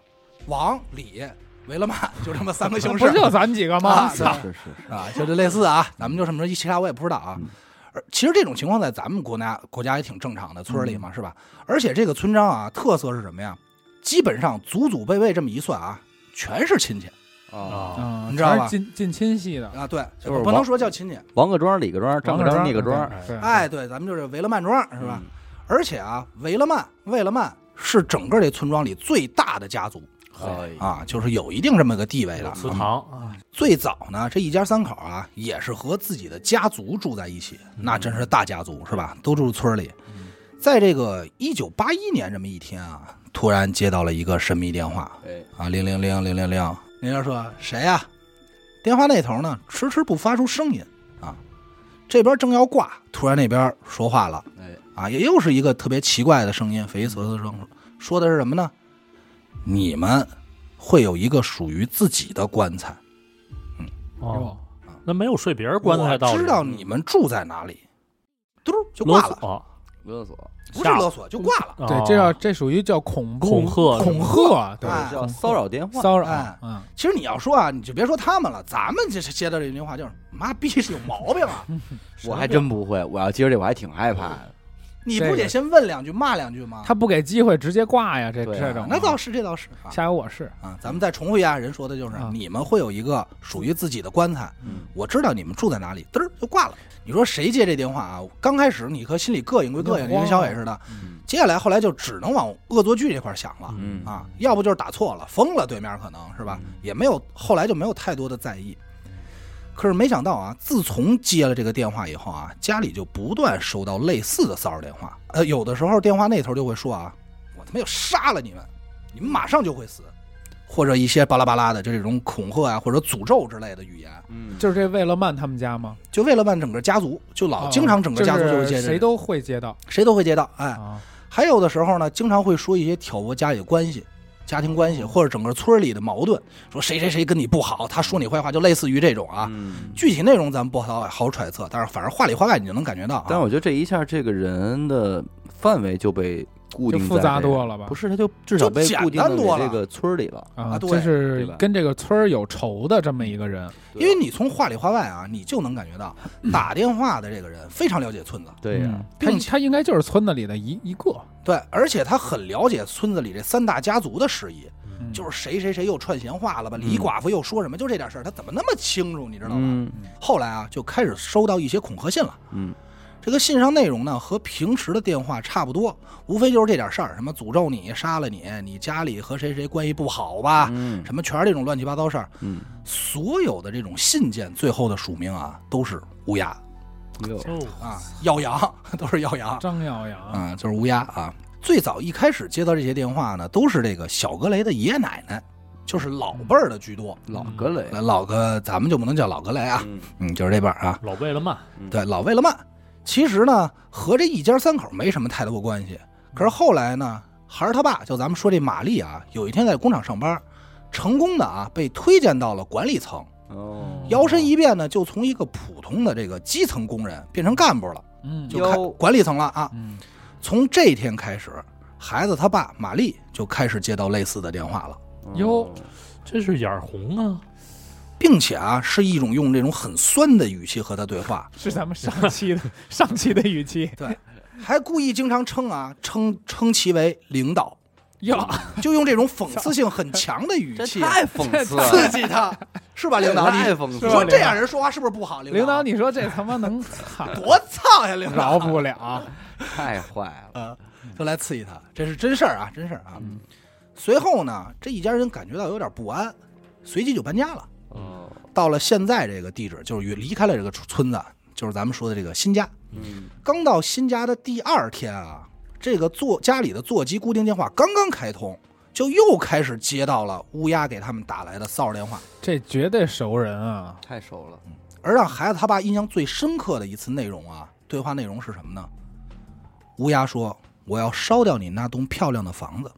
[SPEAKER 2] 王、李、维勒曼，就这么三
[SPEAKER 1] 嗯
[SPEAKER 2] 个姓氏
[SPEAKER 4] 不。就咱几个吗？
[SPEAKER 2] 啊
[SPEAKER 4] 操
[SPEAKER 1] 是是是，
[SPEAKER 2] 啊，就这类似啊，咱们就这么说，其他我也不知道啊
[SPEAKER 1] 嗯。
[SPEAKER 2] 而其实这种情况在咱们国家国家也挺正常的，村儿
[SPEAKER 1] 嗯
[SPEAKER 2] 里嘛，是吧？而且这个村章啊，特色是什么呀？基本上祖祖辈辈这么一算啊，全是亲戚
[SPEAKER 1] 啊，
[SPEAKER 3] 啊，
[SPEAKER 4] 嗯，
[SPEAKER 2] 你知道吧
[SPEAKER 4] 全是近近亲系的，
[SPEAKER 2] 啊。对，
[SPEAKER 1] 就是
[SPEAKER 2] 不
[SPEAKER 1] 王嗯
[SPEAKER 2] 能说叫亲戚，
[SPEAKER 1] 王各庄、李各庄、张各庄、聂各庄，
[SPEAKER 4] 对，
[SPEAKER 2] 哎，对，咱们就是维勒曼庄
[SPEAKER 4] 嗯
[SPEAKER 2] 是
[SPEAKER 1] 嗯
[SPEAKER 2] 吧？而且啊，维勒曼、魏勒曼是整个这村庄里最大的家族
[SPEAKER 1] 嗯？哎，
[SPEAKER 2] 啊，就是有一定这么个地位
[SPEAKER 3] 有
[SPEAKER 2] 了。
[SPEAKER 3] 祠堂啊，
[SPEAKER 2] 最早呢，这一家三口啊，也是和自己的家族住在一起，那真是大家族是吧？都住村里。在这个一九八一年这么一天啊，突然接到了一个神秘电话
[SPEAKER 1] 哎，
[SPEAKER 2] 啊，零零零零零零，那人说谁呀、电话那头呢，迟迟不发出声音啊。这边正要挂，突然那边说话了
[SPEAKER 1] 哎，
[SPEAKER 2] 啊，也又是一个特别奇怪的声音，匪夷所思的声音，说的是什么呢？你们会有一个属于自己的棺材。
[SPEAKER 3] 哦，
[SPEAKER 4] 哟，
[SPEAKER 3] 那没有睡别人棺材道
[SPEAKER 2] 啊我
[SPEAKER 3] 理。
[SPEAKER 2] 知
[SPEAKER 4] 嗯
[SPEAKER 2] 道你们住在哪里，嘟儿就挂了，
[SPEAKER 3] 了，
[SPEAKER 1] 勒索
[SPEAKER 2] 不是勒索
[SPEAKER 4] 嗯
[SPEAKER 2] 就挂了。
[SPEAKER 4] 对，这
[SPEAKER 3] 哦
[SPEAKER 4] 叫这属于叫恐怖
[SPEAKER 3] 恐吓
[SPEAKER 4] 恐吓，对，
[SPEAKER 2] 哎
[SPEAKER 1] 叫骚扰电话，
[SPEAKER 4] 骚扰
[SPEAKER 2] 哎，
[SPEAKER 4] 嗯，
[SPEAKER 2] 其实你要说啊，你就别说他们了，咱们这接到这句话就是妈逼是有毛病啊！
[SPEAKER 4] 嗯
[SPEAKER 1] 我还真不会，我要接着这我还挺害怕的，
[SPEAKER 2] 你不得先问两句骂两句吗？
[SPEAKER 4] 他不给机会直接挂呀，这
[SPEAKER 1] 对啊
[SPEAKER 4] 这种，
[SPEAKER 2] 啊那倒是，这倒是啊
[SPEAKER 4] 下回我是，
[SPEAKER 2] 啊！咱们再重复一下，人说的就是
[SPEAKER 4] 啊
[SPEAKER 2] 你们会有一个属于自己的棺材，
[SPEAKER 1] 嗯
[SPEAKER 2] 我知道你们住在哪里，嘚儿就挂了。你说谁接这电话啊？刚开始你和心里膈应归膈应，
[SPEAKER 4] 那
[SPEAKER 2] 你
[SPEAKER 4] 慌
[SPEAKER 2] 跟
[SPEAKER 4] 啊
[SPEAKER 2] 小伟似的，
[SPEAKER 1] 嗯
[SPEAKER 2] 接下来后来就只能往恶作剧这块儿想了。
[SPEAKER 1] 嗯
[SPEAKER 2] 啊，要不就是打错了，疯了，对面可能是吧
[SPEAKER 1] 嗯，
[SPEAKER 2] 也没有后来就没有太多的在意。可是没想到啊，自从接了这个电话以后啊，家里就不断收到类似的骚扰电话。呃，有的时候电话那头就会说啊，我他妈要杀了你们，你们马上就会死，或者一些巴拉巴拉的，就这种恐吓啊或者诅咒之类的语言，
[SPEAKER 1] 嗯，
[SPEAKER 4] 就是这为了曼他们家吗？
[SPEAKER 2] 就为了办整个家族，就老、哦经常整个家族就
[SPEAKER 4] 哦就
[SPEAKER 2] 会
[SPEAKER 4] 是
[SPEAKER 2] 接这
[SPEAKER 4] 谁
[SPEAKER 2] 个
[SPEAKER 4] 都会接到
[SPEAKER 2] 谁都会接到，哎，
[SPEAKER 4] 啊，
[SPEAKER 2] 还有的时候呢，经常会说一些挑拨家里的关系、家庭关系或者整个村里的矛盾，说谁谁谁跟你不好，他说你坏话，就类似于这种啊。
[SPEAKER 1] 嗯。
[SPEAKER 2] 具体内容咱们不好好揣测，但是反正话里话外你就能感觉到啊。
[SPEAKER 1] 但我觉得这一下，这个人的范围就被固
[SPEAKER 4] 就
[SPEAKER 1] 定在
[SPEAKER 4] 复杂
[SPEAKER 1] 这个
[SPEAKER 4] 多了吧？
[SPEAKER 1] 不是，他就至少
[SPEAKER 2] 就
[SPEAKER 1] 被
[SPEAKER 2] 简
[SPEAKER 1] 固定
[SPEAKER 2] 单
[SPEAKER 1] 在
[SPEAKER 2] 多
[SPEAKER 1] 这
[SPEAKER 2] 了
[SPEAKER 1] 个村儿里了。
[SPEAKER 4] 啊，
[SPEAKER 2] 啊对
[SPEAKER 4] 这
[SPEAKER 1] 对
[SPEAKER 4] 是
[SPEAKER 1] 吧
[SPEAKER 4] 跟这个村儿有仇的这么一个人，
[SPEAKER 2] 因为你从话里话外啊，你就能感觉到打电话的这个人非常了解村子，
[SPEAKER 1] 对呀
[SPEAKER 4] 嗯，他
[SPEAKER 2] 并且
[SPEAKER 4] 他应该就是村子里的一一个，
[SPEAKER 2] 对，而且他很了解村子里这三大家族的事宜，
[SPEAKER 4] 嗯
[SPEAKER 2] 就是谁谁谁又串闲话了吧，李寡妇又说什么，就这点事儿，他怎么那么清楚，你知道吗？
[SPEAKER 1] 嗯
[SPEAKER 2] 后来啊，就开始收到一些恐吓信了。
[SPEAKER 1] 嗯
[SPEAKER 2] 这个信上内容呢，和平时的电话差不多，无非就是这点事儿，什么诅咒你、杀了你、你家里和谁谁关系不好吧，
[SPEAKER 1] 嗯
[SPEAKER 2] 什么全是这种乱七八糟事儿。
[SPEAKER 1] 嗯，
[SPEAKER 2] 所有的这种信件最后的署名啊，都是乌鸦
[SPEAKER 1] 哟
[SPEAKER 3] 哦
[SPEAKER 2] 啊，耀阳 都是耀阳，
[SPEAKER 4] 张耀扬，
[SPEAKER 2] 啊，就是乌鸦啊。最早一开始接到这些电话呢，都是这个小格雷的爷爷奶奶，就是老辈儿的居多。
[SPEAKER 1] 老格雷，
[SPEAKER 2] 那老个咱们就不能叫老格雷嗯啊，
[SPEAKER 1] 嗯
[SPEAKER 2] 嗯，就是这辈儿啊。
[SPEAKER 3] 老贝勒曼，
[SPEAKER 2] 对，老为了慢。其实呢，和这一家三口没什么太多关系。可是后来呢，还是他爸，就咱们说这玛丽啊，有一天在工厂上班，成功的啊被推荐到了管理层，
[SPEAKER 1] 哦，
[SPEAKER 2] 摇身一变呢，就从一个普通的这个基层工人变成干部了，
[SPEAKER 4] 嗯，
[SPEAKER 2] 就开
[SPEAKER 1] 哟
[SPEAKER 2] 管理层了啊。
[SPEAKER 4] 嗯
[SPEAKER 2] 从这天开始，孩子他爸玛丽就开始接到类似的电话了。
[SPEAKER 1] 哟
[SPEAKER 4] 哟，
[SPEAKER 3] 这是眼红啊，
[SPEAKER 2] 并且啊，是一种用这种很酸的语气和他对话，
[SPEAKER 4] 是咱们上期的上期的 语气，
[SPEAKER 2] 还故意经常称啊称称其为领导，
[SPEAKER 4] 哟，
[SPEAKER 2] 就用这种讽刺性很强的 语
[SPEAKER 1] 这
[SPEAKER 2] 气
[SPEAKER 1] 太讽刺
[SPEAKER 2] 刺
[SPEAKER 1] 了，
[SPEAKER 2] 激他，是吧，领导？你
[SPEAKER 1] 太讽刺
[SPEAKER 2] 说
[SPEAKER 1] 了，
[SPEAKER 2] 这样人说话是不是不好？
[SPEAKER 4] 领
[SPEAKER 2] 导
[SPEAKER 4] 导，，你说这他 妈能操
[SPEAKER 2] 多操呀，领
[SPEAKER 4] 饶
[SPEAKER 2] 导！
[SPEAKER 4] 不了，
[SPEAKER 1] 太坏了，
[SPEAKER 2] 呃， 就来刺激他，这是真事儿啊，真事儿啊。
[SPEAKER 1] 嗯
[SPEAKER 2] 随后呢，这一家人感觉到有点不安，随即就搬家了，
[SPEAKER 1] 哦，
[SPEAKER 2] 到了现在这个地址，就是离开了这个村子，就是咱们说的这个新家。
[SPEAKER 1] 嗯
[SPEAKER 2] 刚到新家的第二天啊，这个座家里的座机固定电话刚刚开通，就又开始接到了乌鸦给他们打来的骚扰电话。
[SPEAKER 4] 这绝对熟人啊！
[SPEAKER 1] 太熟了，
[SPEAKER 2] 而让孩子他爸印象最深刻的一次内容啊，对话内容是什么呢？乌鸦说：“我要烧掉你那栋漂亮的房子。”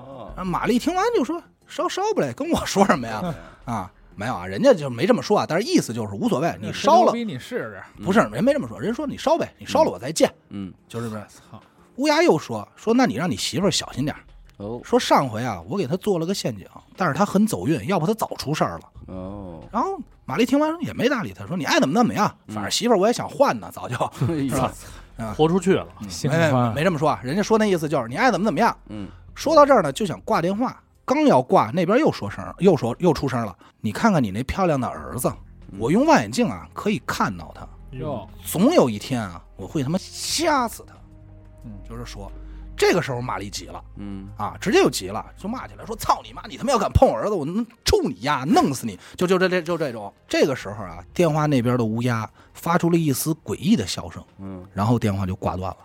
[SPEAKER 1] 哦，
[SPEAKER 2] 啊，玛丽听完就说：“烧烧不嘞，跟我说什么呀？啊，没有啊，人家就没这么说啊，但是意思就是无所谓， 你烧
[SPEAKER 4] 牛
[SPEAKER 2] 了
[SPEAKER 4] 逼你试试。
[SPEAKER 2] 不是人没这么说，人说你烧呗，你烧了我再见，
[SPEAKER 1] 嗯，
[SPEAKER 2] 就是这么。
[SPEAKER 4] 操，
[SPEAKER 2] 乌鸦又说说，那你让你媳妇儿小心点儿。
[SPEAKER 1] 哦，
[SPEAKER 2] 说上回啊，我给她做了个陷阱，但是她很走运，要不她早出事儿了。
[SPEAKER 1] 哦，
[SPEAKER 2] 然后玛丽听完也没搭理他，说你爱怎么怎么样，反
[SPEAKER 4] 嗯
[SPEAKER 2] 正媳妇儿我也想换呢，早就
[SPEAKER 1] 是
[SPEAKER 2] 吧？啊
[SPEAKER 3] 豁出去了，
[SPEAKER 4] 喜
[SPEAKER 2] 嗯没没
[SPEAKER 4] 欢
[SPEAKER 2] 没这么说，啊，人家说那意思就是你爱怎么怎么样。
[SPEAKER 1] 嗯，
[SPEAKER 2] 说到这儿呢，就想挂电话，刚要挂，那边又说声儿，又说又出声了。你看看你那漂亮的儿子，我用望远镜啊可以看到他，
[SPEAKER 3] 嗯
[SPEAKER 4] 哟，
[SPEAKER 2] 总有一天啊我会他妈掐死他。
[SPEAKER 4] 嗯
[SPEAKER 2] 就是说，这个时候玛丽急了
[SPEAKER 1] 嗯，
[SPEAKER 2] 啊，直接就急了，就骂起来说：“操你妈！你他妈要敢碰我儿子，我能抽你丫，弄死你！”就就这这就这种。这个时候啊，电话那边的乌鸦发出了一丝诡异的笑声，
[SPEAKER 1] 嗯，
[SPEAKER 2] 然后电话就挂断了。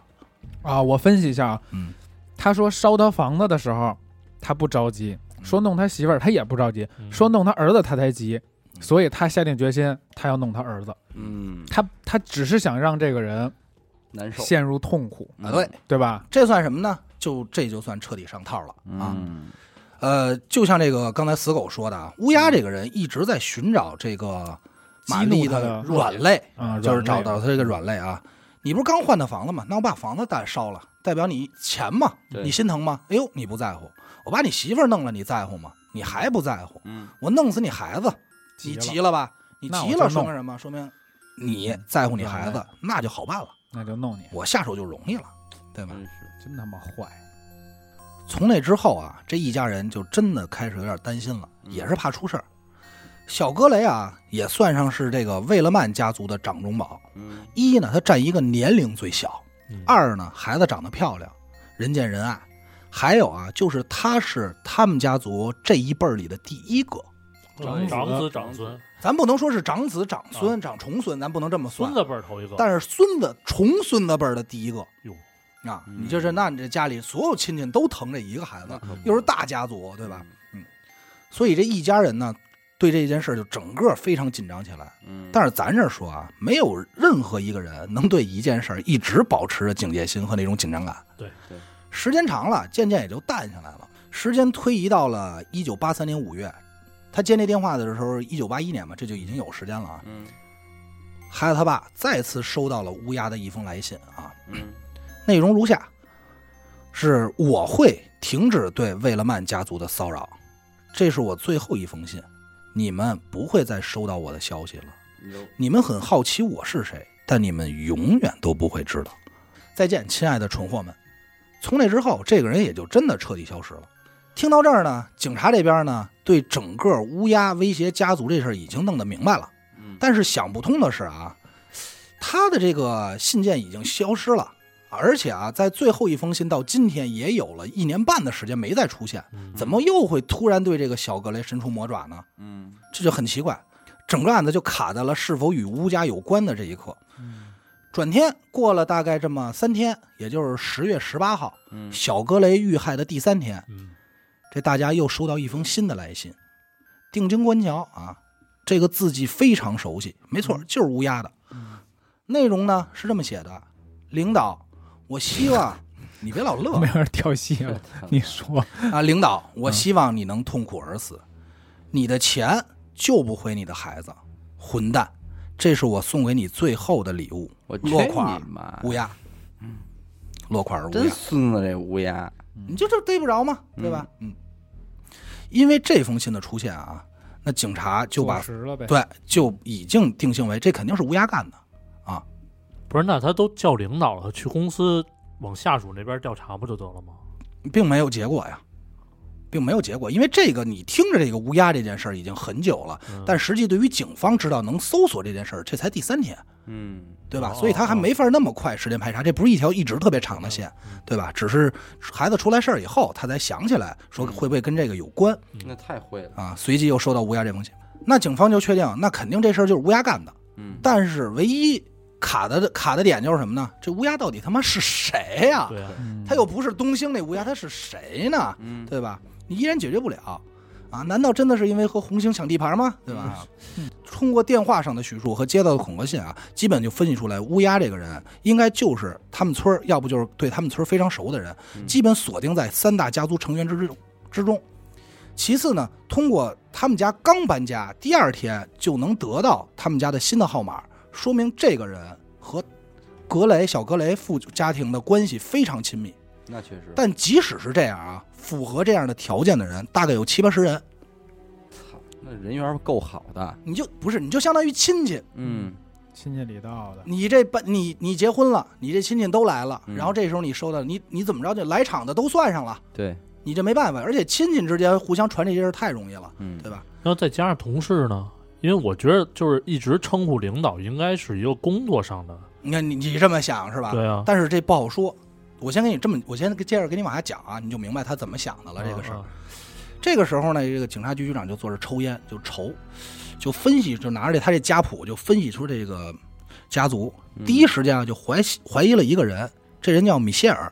[SPEAKER 4] 啊！我分析一下啊，
[SPEAKER 2] 嗯，
[SPEAKER 4] 他说烧他房子的时候，他不着急；
[SPEAKER 2] 嗯
[SPEAKER 4] 说弄他媳妇儿，他也不着急；
[SPEAKER 3] 嗯
[SPEAKER 4] 说弄他儿子，他才急。
[SPEAKER 2] 嗯
[SPEAKER 4] 所以他下定决心，他要弄他儿子。
[SPEAKER 1] 嗯，
[SPEAKER 4] 他他只是想让这个人
[SPEAKER 1] 难受嗯
[SPEAKER 4] 陷入痛苦，
[SPEAKER 2] 啊，对，，
[SPEAKER 4] 对吧？
[SPEAKER 2] 这算什么呢？就这就算彻底上套了啊！
[SPEAKER 1] 嗯，
[SPEAKER 2] 呃，就像这个刚才死狗说的啊，乌鸦这个人一直在寻找这个玛丽
[SPEAKER 4] 激怒他的
[SPEAKER 2] 软肋，
[SPEAKER 4] 啊，
[SPEAKER 2] 就是
[SPEAKER 4] 软肋
[SPEAKER 2] 找到他这个软肋啊。你不是刚换的房子吗？那我把房子带烧了，代表你钱嘛，
[SPEAKER 1] 对
[SPEAKER 2] 你心疼吗？哎呦，你不在乎，我把你媳妇儿弄了，你在乎吗？你还不在乎，
[SPEAKER 1] 嗯，
[SPEAKER 2] 我弄死你孩子，你
[SPEAKER 4] 急
[SPEAKER 2] 急了吧？你
[SPEAKER 4] 那我
[SPEAKER 2] 急
[SPEAKER 4] 就
[SPEAKER 2] 了说
[SPEAKER 4] 弄嗯
[SPEAKER 2] 明什么？说明你在乎你
[SPEAKER 4] 软
[SPEAKER 2] 孩子
[SPEAKER 4] 肋，
[SPEAKER 2] 那就好办了，
[SPEAKER 4] 那就弄你，
[SPEAKER 2] 我下手就容易了，对吧？
[SPEAKER 1] 真是，
[SPEAKER 4] 真他妈坏！啊
[SPEAKER 2] 从那之后啊，这一家人就真的开始有点担心了，
[SPEAKER 1] 嗯
[SPEAKER 2] 也是怕出事儿。小格雷啊，也算上是这个魏勒曼家族的掌中宝。
[SPEAKER 1] 嗯，
[SPEAKER 2] 一呢，他占一个年龄最小；
[SPEAKER 3] 嗯
[SPEAKER 2] 二呢，孩子长得漂亮，人见人爱；还有啊，就是他是他们家族这一辈儿里的第一个。
[SPEAKER 4] 长
[SPEAKER 3] 长
[SPEAKER 4] 子
[SPEAKER 3] 子嗯长孙，
[SPEAKER 2] 咱不能说是长子、长孙、长重孙，咱不能这么算
[SPEAKER 3] 啊孙。子辈儿头一个，
[SPEAKER 2] 但是孙子、重孙子辈儿的第一个
[SPEAKER 3] 哟，
[SPEAKER 2] 啊，
[SPEAKER 1] 嗯
[SPEAKER 2] 你就是那你这家里所有亲戚都疼这一个孩
[SPEAKER 3] 嗯
[SPEAKER 2] 子，
[SPEAKER 1] 可不
[SPEAKER 2] 又是大家族，对吧？？所以这一家人呢，对这件事就整个非常紧张起来。
[SPEAKER 1] 嗯，
[SPEAKER 2] 但
[SPEAKER 1] 是，
[SPEAKER 2] 是咱这儿说啊，没有任何一个人能对一件事儿一直保持着警戒心和那种紧张感。
[SPEAKER 3] 对
[SPEAKER 1] 对，
[SPEAKER 2] 时间长了，渐渐也就淡下来了。时间推移到了一九八三年五月，他接那电话的时候，一九八一年嘛，这就已经有时间了啊。
[SPEAKER 1] 嗯，
[SPEAKER 2] 孩子他爸再次收到了乌鸦的一封来信啊，
[SPEAKER 1] 嗯，
[SPEAKER 2] 内容如下：是我会停止对魏勒曼家族的骚扰，这是我最后一封信，你们不会再收到我的消息了。
[SPEAKER 1] 嗯有，
[SPEAKER 2] 你们很好奇我是谁，但你们永远都不会知道。再见，亲爱的蠢货们。从那之后，这个人也就真的彻底消失了。听到这儿呢，警察这边呢对整个乌鸦威胁家族这事儿已经弄得明白了，
[SPEAKER 1] 嗯，
[SPEAKER 2] 但是想不通的是啊，他的这个信件已经消失了，而且啊，在最后一封信到今天也有了一年半的时间没再出现，
[SPEAKER 3] 嗯
[SPEAKER 2] 怎么又会突然对这个小格雷伸出魔爪呢？
[SPEAKER 1] 嗯，
[SPEAKER 2] 这就很奇怪。整个案子就卡在了是否与乌家有关的这一刻。转天过了大概这么三天，也就是十月十八号，
[SPEAKER 1] 嗯，
[SPEAKER 2] 小格雷遇害的第三天，
[SPEAKER 3] 嗯
[SPEAKER 2] 这大家又收到一封新的来信，定睛观瞧啊，这个字迹非常熟悉，没错，就是乌鸦的。内容呢是这么写的：领导，我希望你别老乐
[SPEAKER 4] 没有人跳 戏了，你说
[SPEAKER 2] 啊，领导，我希望你能痛苦而死，你的钱救不回你的孩子，混蛋，这是我送给你最后的礼物，
[SPEAKER 1] 我去
[SPEAKER 2] 落款儿
[SPEAKER 1] 你妈，
[SPEAKER 2] 乌鸦，落款儿乌
[SPEAKER 1] 哎真
[SPEAKER 2] 鸦，
[SPEAKER 1] 孙子这乌鸦，
[SPEAKER 4] 嗯
[SPEAKER 2] 你就这逮不着吗？对吧？嗯，因为这封信的出现啊，那警察就把
[SPEAKER 4] 坐实了呗。
[SPEAKER 2] 对就已经定性为这肯定是乌鸦干的，
[SPEAKER 3] 不是？那他都叫领导了，去公司往下属那边调查不就得了吗？
[SPEAKER 2] 并没有结果呀。并没有结果，因为这个你听着这个乌鸦这件事儿已经很久了，
[SPEAKER 3] 嗯
[SPEAKER 2] 但实际对于警方知道能搜索这件事儿，这才第三天。
[SPEAKER 1] 嗯，
[SPEAKER 2] 对吧？
[SPEAKER 3] 哦
[SPEAKER 2] 所以他还
[SPEAKER 3] 哦嗯
[SPEAKER 2] 没法那么快时间排查，这不是一条一直特别长的线，对吧？只是孩子出来事儿以后，他才想起来
[SPEAKER 3] 嗯
[SPEAKER 2] 说会不会跟这个有关
[SPEAKER 1] 那太会了，
[SPEAKER 2] 啊？随即又收到乌鸦这封信，那警方就确定那肯定这事儿就是乌鸦干的，
[SPEAKER 1] 嗯，
[SPEAKER 2] 但是唯一卡的卡的点就是什么呢？这乌鸦到底他妈是谁呀、
[SPEAKER 3] 对啊，
[SPEAKER 4] 嗯
[SPEAKER 2] 他又不是东兴那乌鸦，他是谁呢？
[SPEAKER 1] 嗯，
[SPEAKER 2] 对吧？你依然解决不了啊？难道真的是因为和红星抢地盘吗？对吧？
[SPEAKER 1] 嗯
[SPEAKER 2] 通过电话上的叙述和接到的恐吓信啊，基本就分析出来，乌鸦这个人应该就是他们村儿，要不就是对他们村儿非常熟的人，
[SPEAKER 1] 嗯
[SPEAKER 2] 基本锁定在三大家族成员之之之中。其次呢，通过他们家刚搬家，第二天就能得到他们家的新的号码，说明这个人和格雷小格雷父家庭的关系非常亲密。
[SPEAKER 1] 那确实，
[SPEAKER 2] 但即使是这样啊，符合这样的条件的人大概有七八十人，
[SPEAKER 1] 操，那人缘够好的，
[SPEAKER 2] 你就不是你就相当于亲戚，
[SPEAKER 1] 嗯
[SPEAKER 4] 亲戚里道的，
[SPEAKER 2] 你这办你你结婚了，你这亲戚都来了，
[SPEAKER 1] 嗯
[SPEAKER 2] 然后这时候你收到你你怎么着就来场的都算上了，
[SPEAKER 1] 对，
[SPEAKER 2] 你这没办法，而且亲戚之间互相传这些事儿太容易了，
[SPEAKER 1] 嗯
[SPEAKER 2] 对吧？
[SPEAKER 3] 然后再加上同事呢，因为我觉得就是一直称呼领导应该是一个工作上的，
[SPEAKER 2] 你看你你这么想是吧？
[SPEAKER 3] 对啊，
[SPEAKER 2] 但是这不好说。我先给你这么，我先接着给你往下讲啊，你就明白他怎么想的了。这个事儿，
[SPEAKER 3] 啊，
[SPEAKER 2] 这个时候呢，这个警察局局长就坐着抽烟，就愁，就分析，就拿着他这家谱，就分析出这个家族。
[SPEAKER 1] 嗯
[SPEAKER 2] 第一时间啊，就怀怀疑了一个人，这人叫米歇尔，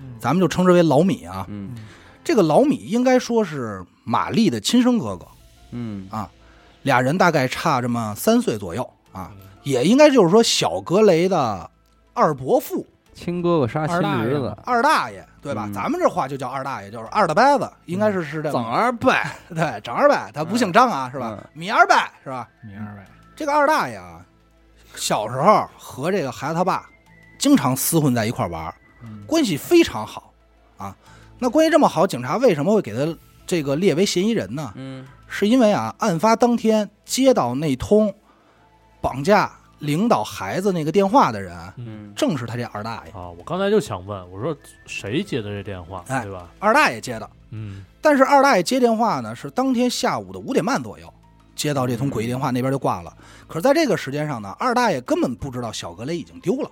[SPEAKER 4] 嗯
[SPEAKER 2] 咱们就称之为老米啊。
[SPEAKER 1] 嗯
[SPEAKER 2] 这个老米应该说是玛丽的亲生哥哥，
[SPEAKER 1] 嗯
[SPEAKER 2] 俩人大概差这么三岁左右
[SPEAKER 1] 嗯
[SPEAKER 2] 啊，
[SPEAKER 3] 嗯
[SPEAKER 2] 也应该就是说小格雷的二伯父、
[SPEAKER 1] 亲哥哥杀亲
[SPEAKER 4] 二大
[SPEAKER 1] 侄
[SPEAKER 4] 爷
[SPEAKER 1] 子，
[SPEAKER 2] 二大爷，对吧？
[SPEAKER 1] 嗯
[SPEAKER 2] 咱们这话就叫二大爷，就是二大伯子，应该是是这么、
[SPEAKER 1] 二伯，
[SPEAKER 2] 对，长二伯，他不姓张
[SPEAKER 1] 嗯
[SPEAKER 2] 啊，是吧？米二伯是吧？
[SPEAKER 4] 米二位，
[SPEAKER 2] 这个二大爷啊，小时候和这个孩子他爸经常厮混在一块儿玩儿，
[SPEAKER 4] 嗯
[SPEAKER 2] 关系非常好啊。那关系这么好，警察为什么会给他这个列为嫌疑人呢？
[SPEAKER 1] 嗯
[SPEAKER 2] 是因为啊，案发当天接到那通绑架领导孩子那个电话的人，
[SPEAKER 1] 嗯
[SPEAKER 2] 正是他这二大爷。
[SPEAKER 3] 啊，我刚才就想问，我说谁接的这电话，
[SPEAKER 2] 哎
[SPEAKER 3] 对吧？
[SPEAKER 2] 二大爷接的，
[SPEAKER 3] 嗯，
[SPEAKER 2] 但是二大爷接电话呢，是当天下午的五点半左右接到这通诡异电话，那边就挂了。可是，在这个时间上呢，二大爷根本不知道小格雷已经丢了。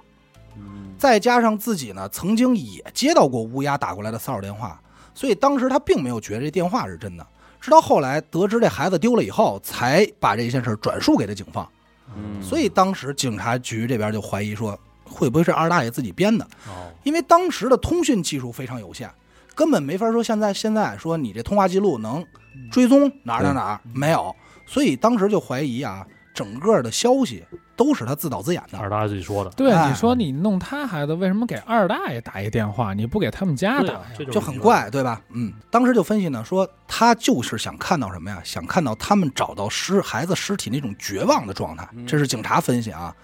[SPEAKER 1] 嗯
[SPEAKER 2] 再加上自己呢曾经也接到过乌鸦打过来的骚扰电话，所以当时他并没有觉得这电话是真的。直到后来得知这孩子丢了以后，才把这件事儿转述给了警方。
[SPEAKER 1] 嗯，
[SPEAKER 2] 所以当时警察局这边就怀疑说，会不会是二大爷自己编的？
[SPEAKER 3] 哦，
[SPEAKER 2] 因为当时的通讯技术非常有限，根本没法说现在现在说你这通话记录能追踪哪儿哪儿哪儿没有，所以当时就怀疑啊，整个的消息都是他自导自演的。
[SPEAKER 3] 二大爷自己说的，
[SPEAKER 4] 对，
[SPEAKER 2] 哎
[SPEAKER 4] 你说你弄他孩子，为什么给二大爷打一电话，你不给他们家
[SPEAKER 3] 对
[SPEAKER 4] 打
[SPEAKER 3] 啊
[SPEAKER 4] 呀？
[SPEAKER 3] 这
[SPEAKER 2] 就
[SPEAKER 3] 就
[SPEAKER 2] 很怪，对吧？嗯，当时就分析呢，说他就是想看到什么呀？想看到他们找到尸孩子尸体那种绝望的状态，
[SPEAKER 1] 嗯
[SPEAKER 2] 这是警察分析啊。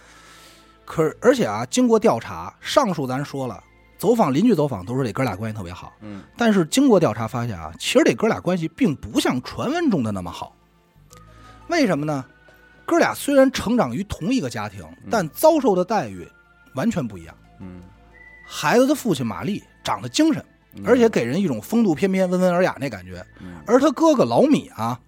[SPEAKER 2] 可是而且啊，经过调查，上述咱说了，走访邻居走访都说这哥俩关系特别好，
[SPEAKER 1] 嗯
[SPEAKER 2] 但是经过调查发现啊，其实这哥俩关系并不像传闻中的那么好。为什么呢？哥俩虽然成长于同一个家庭，但遭受的待遇完全不一样。
[SPEAKER 1] 嗯，
[SPEAKER 2] 孩子的父亲玛丽长得精神，
[SPEAKER 1] 嗯
[SPEAKER 2] 而且给人一种风度翩翩、温文尔雅那感觉。
[SPEAKER 1] 嗯
[SPEAKER 2] 而他哥哥老米啊，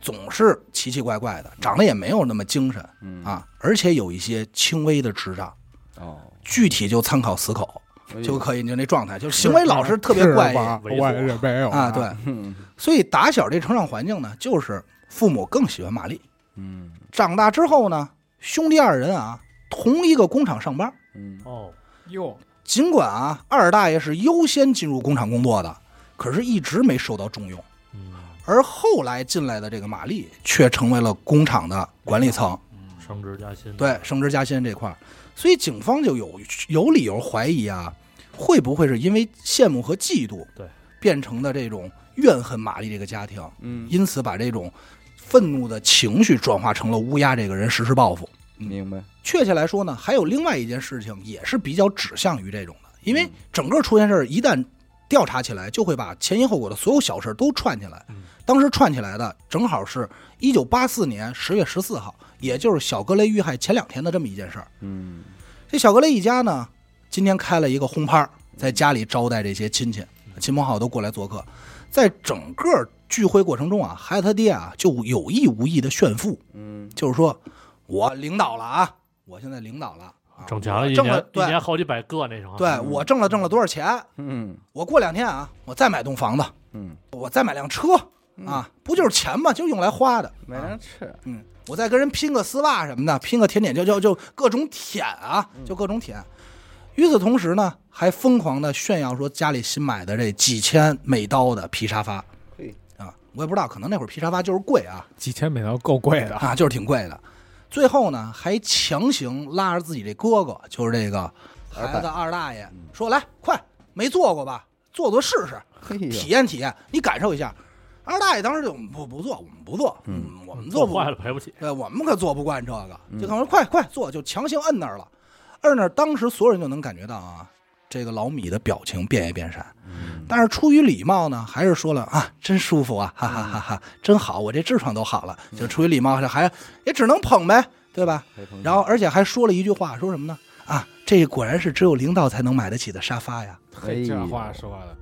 [SPEAKER 2] 总是奇奇怪怪的，长得也没有那么精神
[SPEAKER 1] 嗯
[SPEAKER 2] 啊，而且有一些轻微的智障。
[SPEAKER 1] 哦，
[SPEAKER 2] 具体就参考死口
[SPEAKER 1] 哎
[SPEAKER 2] 就
[SPEAKER 1] 呦
[SPEAKER 2] 可以，就那状态，就是行为老是特别怪
[SPEAKER 4] 是吧
[SPEAKER 2] 异
[SPEAKER 3] 猥琐
[SPEAKER 4] 我也没有
[SPEAKER 2] 啊。对，
[SPEAKER 1] 嗯
[SPEAKER 2] 所以打小这成长环境呢，就是父母更喜欢玛丽。
[SPEAKER 1] 嗯
[SPEAKER 2] 长大之后呢，兄弟二人啊，同一个工厂上班。
[SPEAKER 1] 嗯
[SPEAKER 3] 哦，
[SPEAKER 4] 哟，
[SPEAKER 2] 尽管啊，二大爷是优先进入工厂工作的，可是一直没受到重用。
[SPEAKER 3] 嗯，
[SPEAKER 2] 而后来进来的这个玛丽却成为了工厂的管理层，
[SPEAKER 3] 升职加薪，
[SPEAKER 2] 嗯对，升职加薪这块儿，所以警方就有有理由怀疑啊，会不会是因为羡慕和嫉妒，
[SPEAKER 3] 对，
[SPEAKER 2] 变成的这种怨恨玛丽这个家庭，
[SPEAKER 1] 嗯，
[SPEAKER 2] 因此把这种愤怒的情绪转化成了乌鸦这个人实施报复。
[SPEAKER 1] 明白，
[SPEAKER 2] 确切来说呢，还有另外一件事情也是比较指向于这种的，因为
[SPEAKER 1] 嗯
[SPEAKER 2] 整个出现事儿一旦调查起来，就会把前因后果的所有小事儿都串起来
[SPEAKER 3] 嗯。
[SPEAKER 2] 当时串起来的正好是一九八四年十月十四号，也就是小格雷遇害前两天的这么一件事儿。
[SPEAKER 1] 嗯
[SPEAKER 2] 这小格雷一家呢，今天开了一个轰趴儿，在家里招待这些亲戚、亲朋好友都过来做客。在整个聚会过程中啊，孩子他爹啊就有意无意的炫富，
[SPEAKER 1] 嗯
[SPEAKER 2] 就是说我领导了啊，我现在领导了啊，
[SPEAKER 3] 挣钱了一
[SPEAKER 2] 挣了
[SPEAKER 3] 年，一
[SPEAKER 2] 对
[SPEAKER 3] 年好几百个那种啊，
[SPEAKER 2] 对我挣了挣了多少钱？
[SPEAKER 1] 嗯
[SPEAKER 2] 我过两天啊，我再买栋房子，
[SPEAKER 1] 嗯
[SPEAKER 2] 我再买辆车，啊，不就是钱嘛，就用来花的。
[SPEAKER 1] 没人吃，
[SPEAKER 2] 嗯，我再跟人拼个丝袜什么的，拼个甜点，就就就各种舔啊，就各种舔。与此同时呢，还疯狂的炫耀说家里新买的这几千美刀的皮沙发
[SPEAKER 1] 嘿，
[SPEAKER 2] 啊，我也不知道，可能那会儿皮沙发就是贵啊，
[SPEAKER 4] 几千美刀够贵的，
[SPEAKER 2] 啊，就是挺贵的。最后呢，还强行拉着自己这哥哥，就是这个
[SPEAKER 1] 二
[SPEAKER 2] 孩子
[SPEAKER 1] 大
[SPEAKER 2] 二大爷，说来快，没坐过吧，坐坐试试，
[SPEAKER 1] 嘿哎呦
[SPEAKER 2] 体验体验，你感受一下。二大爷当时就嗯不不做，我们不做，嗯，我们做不
[SPEAKER 3] 坏了赔不起。
[SPEAKER 2] 对，我们可做不惯这个，就跟我说快快做，就强行摁那儿了。摁那儿，当时所有人就能感觉到啊，这个老米的表情变也变善，但是出于礼貌呢，还是说了啊，真舒服啊，哈哈哈哈， 真好，我这痔疮都好了。就出于礼貌，还也只能捧呗，对吧？
[SPEAKER 1] 嗯
[SPEAKER 2] 然后而且还说了一句话，说什么呢？啊，这果然是只有领导才能买得起的沙发呀。
[SPEAKER 4] 嘿，这话说的，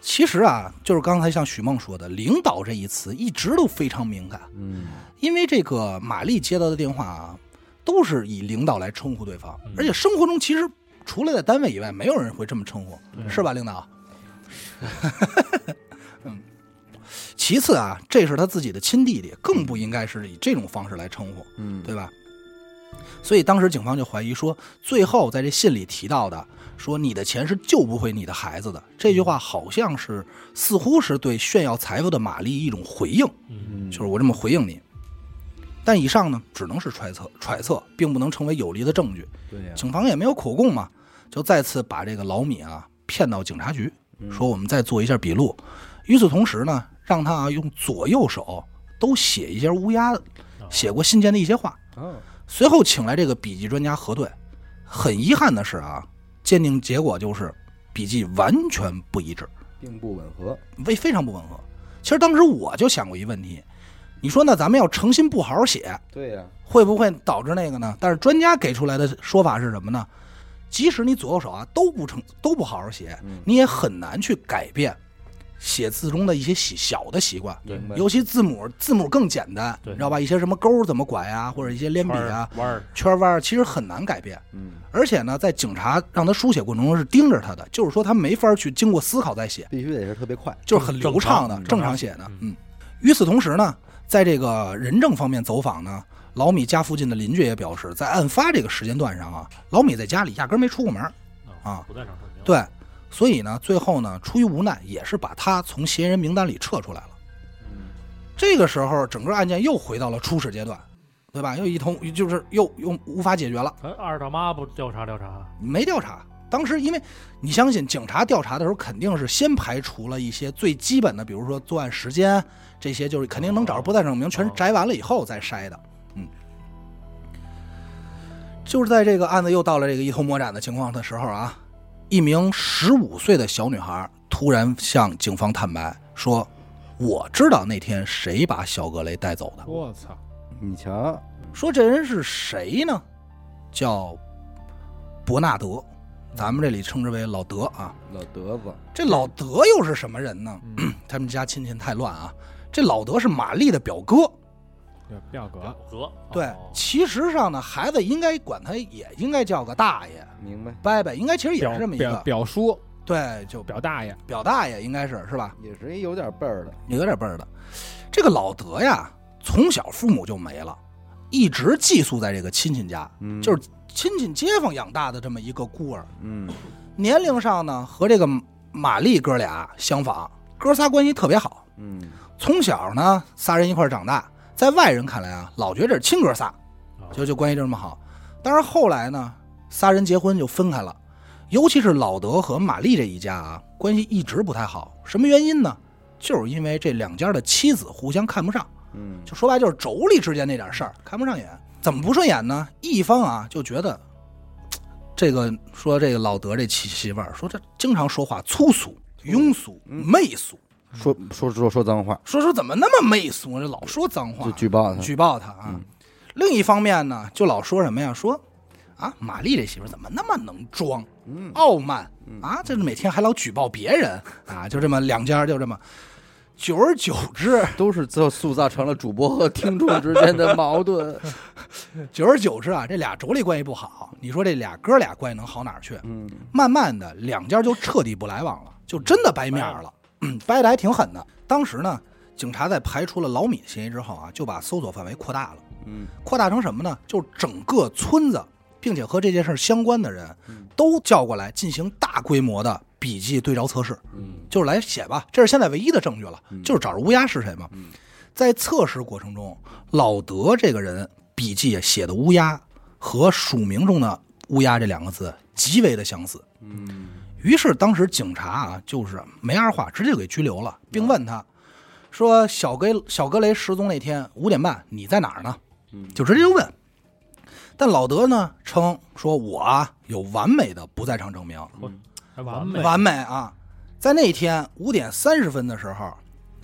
[SPEAKER 2] 其实啊，就是刚才像许梦说的，领导这一词一直都非常敏感。
[SPEAKER 1] 嗯，
[SPEAKER 2] 因为这个玛丽接到的电话啊，都是以领导来称呼对方
[SPEAKER 3] 嗯，
[SPEAKER 2] 而且生活中其实除了在单位以外，没有人会这么称呼，
[SPEAKER 3] 对
[SPEAKER 2] 是吧，领导？ 嗯。其次啊，这是他自己的亲弟弟，更不应该是以这种方式来称呼，
[SPEAKER 1] 嗯，
[SPEAKER 2] 对吧？所以当时警方就怀疑说，最后在这信里提到的说你的钱是救不回你的孩子的这句话，好像是似乎是对炫耀财富的玛丽一种回应。
[SPEAKER 3] 嗯，
[SPEAKER 2] 就是我这么回应你。但以上呢，只能是揣测，揣测并不能成为有力的证据。
[SPEAKER 1] 对呀，
[SPEAKER 2] 警方也没有口供嘛，就再次把这个老米啊骗到警察局，
[SPEAKER 1] 嗯
[SPEAKER 2] 说我们再做一下笔录。与此同时呢，让他啊用左右手都写一些乌鸦写过信件的一些话。
[SPEAKER 1] 哦，
[SPEAKER 2] 随后请来这个笔记专家核对。很遗憾的是啊，鉴定结果就是笔记完全不一致。
[SPEAKER 1] 并不吻合，
[SPEAKER 2] 非非常不吻合。其实当时我就想过一问题，你说那咱们要诚心不好好写，
[SPEAKER 1] 对呀，
[SPEAKER 2] 会不会导致那个呢？但是专家给出来的说法是什么呢？即使你左右手啊都不成都不好好写，
[SPEAKER 1] 嗯
[SPEAKER 2] 你也很难去改变写字中的一些习小的习惯，
[SPEAKER 1] 明白，
[SPEAKER 2] 尤其字母字母更简单，
[SPEAKER 3] 对
[SPEAKER 2] 你知道吧？一些什么勾怎么拐啊，或者一些连笔
[SPEAKER 3] 弯儿
[SPEAKER 2] 啊、
[SPEAKER 3] 弯儿，
[SPEAKER 2] 圈弯儿，其实很难改变。
[SPEAKER 1] 嗯，
[SPEAKER 2] 而且呢，在警察让他书写过程中是盯着他的，就是说他没法去经过思考再写。
[SPEAKER 1] 必须得是特别快，
[SPEAKER 2] 就是很流畅的、
[SPEAKER 3] 正常
[SPEAKER 2] 嗯正常写的。嗯，与此同时呢，在这个人证方面走访呢，老米家附近的邻居也表示，在案发这个时间段上啊，老米在家里压根儿没出过门儿。啊
[SPEAKER 3] 不在场证明。，
[SPEAKER 2] 对，所以呢，最后呢，出于无奈，也是把他从嫌疑人名单里撤出来了。
[SPEAKER 1] 嗯
[SPEAKER 2] 这个时候，整个案件又回到了初始阶段，对吧？又一通就是又又无法解决了，
[SPEAKER 3] 他二大妈不调查调查，
[SPEAKER 2] 没调查。当时因为你相信警察调查的时候，肯定是先排除了一些最基本的，比如说作案时间这些，就是肯定能找着不在证明，全是摘完了以后再筛的。嗯，就是在这个案子又到了这个一头魔斩的情况的时候啊，一名十五岁的小女孩突然向警方坦白说：“我知道那天谁把小格雷带走的。”
[SPEAKER 4] 我操，
[SPEAKER 1] 你瞧，
[SPEAKER 2] 说这人是谁呢？叫伯纳德，咱们这里称之为老德啊。
[SPEAKER 1] 老德子，
[SPEAKER 2] 这老德又是什么人呢？
[SPEAKER 4] 嗯
[SPEAKER 2] 他们家亲戚太乱啊。这老德是玛丽的表
[SPEAKER 4] 哦
[SPEAKER 2] 哥，
[SPEAKER 4] 有表
[SPEAKER 3] 表
[SPEAKER 4] 格，
[SPEAKER 3] 哥，
[SPEAKER 2] 对
[SPEAKER 3] 哦，
[SPEAKER 2] 其实上呢，孩子应该管他也应该叫个大爷、
[SPEAKER 1] 明白，
[SPEAKER 2] 伯伯，应该其实也
[SPEAKER 4] 表
[SPEAKER 2] 是这么一
[SPEAKER 4] 表
[SPEAKER 2] 个，
[SPEAKER 4] 表叔，
[SPEAKER 2] 对，就表
[SPEAKER 4] 表大爷，
[SPEAKER 2] 表大爷应该是是吧？
[SPEAKER 1] 也是一有点辈儿的，
[SPEAKER 2] 有点辈儿的。这个老德呀，从小父母就没了，一直寄宿在这个亲戚家，
[SPEAKER 1] 嗯
[SPEAKER 2] 就是亲戚街坊养大的这么一个孤儿。
[SPEAKER 1] 嗯，
[SPEAKER 2] 年龄上呢和这个玛丽哥俩相仿，哥仨关系特别好。
[SPEAKER 1] 嗯，
[SPEAKER 2] 从小呢，仨人一块儿长大，在外人看来啊，老觉得这是亲哥仨，
[SPEAKER 3] 啊
[SPEAKER 2] 就就关系就这么好。但是后来呢，仨人结婚就分开了，尤其是老德和玛丽这一家啊，关系一直不太好。什么原因呢？就是因为这两家的妻子互相看不上，
[SPEAKER 1] 嗯，
[SPEAKER 2] 就说白了就是妯娌之间那点事儿看不上眼。怎么不顺眼呢？一方啊就觉得，嘖这个说这个老德这媳媳妇儿说这经常说话粗俗、
[SPEAKER 1] 嗯
[SPEAKER 2] 庸俗、媚俗，
[SPEAKER 1] 说说说说脏话，
[SPEAKER 2] 说说怎么那么媚俗，这老说脏话，
[SPEAKER 1] 就举报他，嗯
[SPEAKER 2] 举报他啊。另一方面呢，就老说什么呀？说啊，玛丽这媳妇儿怎么那么能装，
[SPEAKER 1] 嗯
[SPEAKER 2] 傲慢啊？这每天还老举报 别人啊，就这么两家就这么，久而久之，
[SPEAKER 1] 都是最后塑造成了主播和听众之间的矛 盾，
[SPEAKER 2] 久而久之啊，这俩妯娌关系不好，你说这俩哥俩关系能好哪儿去？
[SPEAKER 1] 嗯，
[SPEAKER 2] 慢慢的，两家就彻底不来往了，就真的掰面儿了。嗯掰的还挺狠的。当时呢，警察在排除了老米的嫌疑之后啊，就把搜索范围扩大了，
[SPEAKER 1] 嗯
[SPEAKER 2] 扩大成什么呢？就整个村子，并且和这件事儿相关的人
[SPEAKER 1] 嗯
[SPEAKER 2] 都叫过来进行大规模的笔迹对照测试，
[SPEAKER 1] 嗯
[SPEAKER 2] 就是来写吧，这是现在唯一的证据了，
[SPEAKER 1] 嗯
[SPEAKER 2] 就是找着乌鸦是谁嘛。
[SPEAKER 1] 嗯
[SPEAKER 2] 在测试过程中，老德这个人笔记写的乌鸦和署名中的乌鸦这两个字极为的相似。
[SPEAKER 1] 嗯
[SPEAKER 2] 于是当时警察啊，就是没二话，直接给拘留了，并问
[SPEAKER 1] 嗯
[SPEAKER 2] 他说：“小格小格雷失踪那天五点半，你在哪儿呢？”
[SPEAKER 1] 嗯
[SPEAKER 2] 就直接就问。但老德呢称说：“我啊有完美的不在场证明，
[SPEAKER 4] 还
[SPEAKER 3] 完
[SPEAKER 4] 完
[SPEAKER 3] 美
[SPEAKER 4] 美，
[SPEAKER 2] 完美啊！”在那天五点三十分的时候，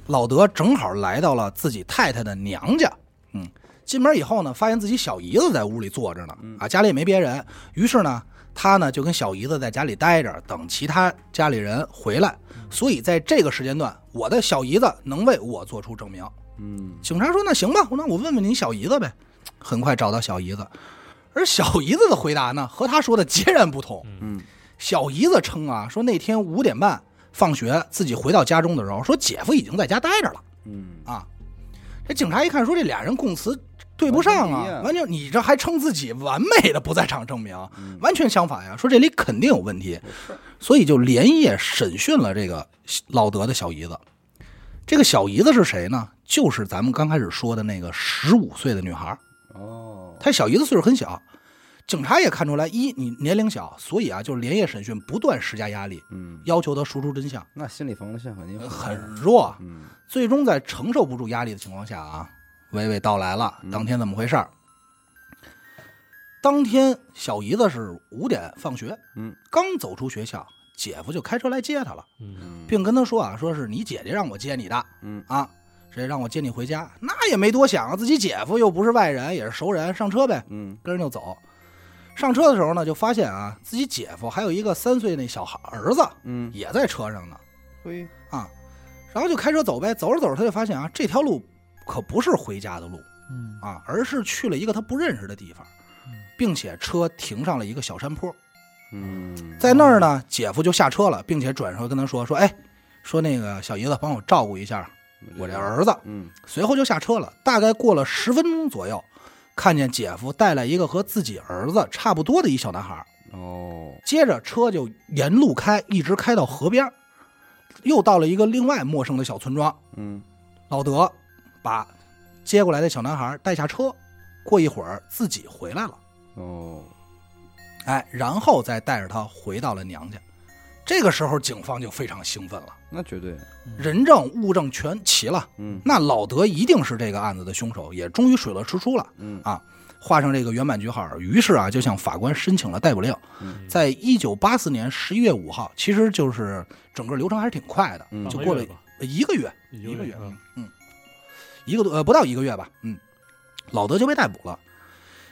[SPEAKER 2] 老德正好来到了自己太太的娘家。嗯，进门以后呢，发现自己小姨子在屋里坐着呢，
[SPEAKER 4] 嗯
[SPEAKER 2] 啊，家里也没别人。于是呢，他呢就跟小姨子在家里待着，等其他家里人回来。
[SPEAKER 4] 嗯
[SPEAKER 2] 所以在这个时间段，我的小姨子能为我做出证明。
[SPEAKER 1] 嗯
[SPEAKER 2] 警察说：“那行吧，那我问问您小姨子呗。”很快找到小姨子，而小姨子的回答呢，和他说的截然不同。
[SPEAKER 1] 嗯
[SPEAKER 2] 小姨子称啊，说那天五点半放学自己回到家中的时候，说姐夫已经在家待着了
[SPEAKER 1] 嗯
[SPEAKER 2] 啊。这警察一看，说这俩人供词对不上
[SPEAKER 1] 完全不一
[SPEAKER 2] 啊，
[SPEAKER 1] 样
[SPEAKER 2] 完全你这还称自己完美的不在场证明，
[SPEAKER 1] 嗯
[SPEAKER 2] 完全相反呀，说这里肯定有问题，所以就连夜审讯了这个老德的小姨子。这个小姨子是谁呢？就是咱们刚开始说的那个十五岁的女孩儿，
[SPEAKER 1] 哦，
[SPEAKER 2] 她小姨子岁数很小，警察也看出来，一你年龄小，所以啊，就是连夜审讯，不断施加压力，
[SPEAKER 1] 嗯，
[SPEAKER 2] 要求她说出真相，
[SPEAKER 1] 那心理防御线肯定
[SPEAKER 2] 呃很弱。
[SPEAKER 1] 嗯
[SPEAKER 2] 最终在承受不住压力的情况下啊，娓娓道来了
[SPEAKER 1] 嗯
[SPEAKER 2] 当天怎么回事儿。当天小姨子是五点放学，
[SPEAKER 1] 嗯
[SPEAKER 2] 刚走出学校，姐夫就开车来接她了，
[SPEAKER 3] 嗯，
[SPEAKER 1] 嗯
[SPEAKER 2] 并跟她说啊，说是你姐姐让我接你的
[SPEAKER 1] 嗯
[SPEAKER 2] 啊，谁让我接你回家，那也没多想啊，自己姐夫又不是外人，也是熟人，上车呗，
[SPEAKER 1] 嗯
[SPEAKER 2] 跟人就走。上车的时候呢，就发现啊，自己姐夫还有一个三岁那小孩儿子
[SPEAKER 1] 嗯，
[SPEAKER 2] 也在车上呢，
[SPEAKER 1] 嘿，
[SPEAKER 2] 然后就开车走呗，走着走着他就发现啊，这条路可不是回家的路
[SPEAKER 4] 嗯
[SPEAKER 2] 啊，而是去了一个他不认识的地方
[SPEAKER 4] 嗯，
[SPEAKER 2] 并且车停上了一个小山坡，
[SPEAKER 1] 嗯，
[SPEAKER 2] 在那儿呢，姐夫就下车了，并且转头跟他说说，哎，说那个小姨子帮我照顾一下我这，儿子。
[SPEAKER 1] 嗯
[SPEAKER 2] 随后就下车了，大概过了十分钟左右，看见姐夫带来一个和自己儿子差不多的一小男孩，
[SPEAKER 1] 哦，
[SPEAKER 2] 接着车就沿路开，一直开到河边儿，又到了一个另外陌生的小村庄。
[SPEAKER 1] 嗯
[SPEAKER 2] 老德把接过来的小男孩带下车，过一会儿自己回来了，
[SPEAKER 1] 哦，
[SPEAKER 2] 哎，然后再带着他回到了娘家。这个时候，警方就非常兴奋了，
[SPEAKER 1] 那绝对，
[SPEAKER 4] 嗯
[SPEAKER 2] 人证物证全齐了，
[SPEAKER 1] 嗯
[SPEAKER 2] 那老德一定是这个案子的凶手，也终于水落石出了，啊
[SPEAKER 1] 嗯
[SPEAKER 2] 画上这个圆满句号。于是啊，就向法官申请了逮捕令。
[SPEAKER 1] 嗯
[SPEAKER 2] 在一九八四年十一月五号，其实就是整个流程还是挺快的，
[SPEAKER 1] 嗯
[SPEAKER 2] 就过了
[SPEAKER 3] 半个月吧
[SPEAKER 2] 呃一个月，
[SPEAKER 3] 一
[SPEAKER 2] 个月
[SPEAKER 3] 嗯，
[SPEAKER 2] 嗯，一个多呃不到一个月吧，嗯，老德就被逮捕了。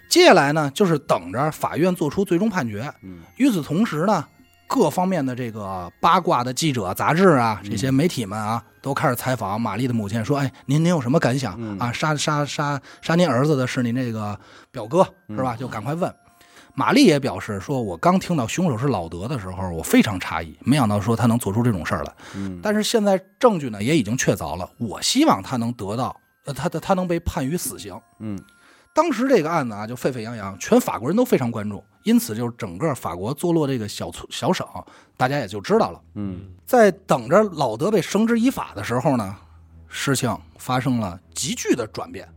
[SPEAKER 2] 接下来呢，就是等着法院做出最终判决。
[SPEAKER 1] 嗯
[SPEAKER 2] 与此同时呢，各方面的这个八卦的记者、杂志啊，
[SPEAKER 1] 嗯
[SPEAKER 2] 这些媒体们啊，都开始采访玛丽的母亲，说：“哎，您您有什么感想、
[SPEAKER 1] 嗯
[SPEAKER 2] 啊？杀杀杀杀您儿子的是您这个表哥是
[SPEAKER 1] 嗯
[SPEAKER 2] 吧？”就赶快问。玛丽也表示说：“我刚听到凶手是老德的时候，我非常诧异，没想到说他能做出这种事儿来。”
[SPEAKER 1] 嗯，
[SPEAKER 2] 但是现在证据呢也已经确凿了，我希望他能得到，呃，他他他能被判于死刑。
[SPEAKER 1] 嗯
[SPEAKER 2] 当时这个案子啊就沸沸扬扬，全法国人都非常关注，因此就是整个法国坐落这个小村小省，大家也就知道了。
[SPEAKER 1] 嗯
[SPEAKER 2] 在等着老德被绳之以法的时候呢，事情发生了急剧的转变。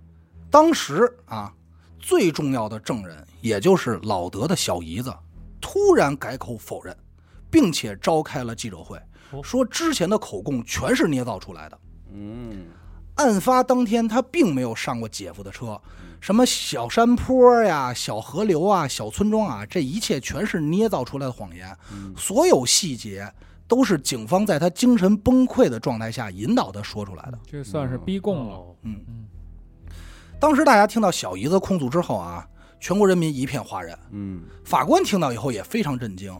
[SPEAKER 2] 当时啊，最重要的证人，也就是老德的小姨子，突然改口否认，并且召开了记者会，
[SPEAKER 3] 哦
[SPEAKER 2] 说之前的口供全是捏造出来的。
[SPEAKER 1] 嗯
[SPEAKER 2] 案发当天，他并没有上过姐夫的车，什么小山坡呀、小河流啊、小村庄啊，这一切全是捏造出来的谎言，所有细节都是警方在他精神崩溃的状态下引导他说出来的。
[SPEAKER 4] 这算是逼供了，
[SPEAKER 3] 哦
[SPEAKER 2] 嗯
[SPEAKER 4] 嗯，
[SPEAKER 2] 当时大家听到小姨子控诉之后啊，全国人民一片哗然，
[SPEAKER 1] 嗯
[SPEAKER 2] 法官听到以后也非常震惊，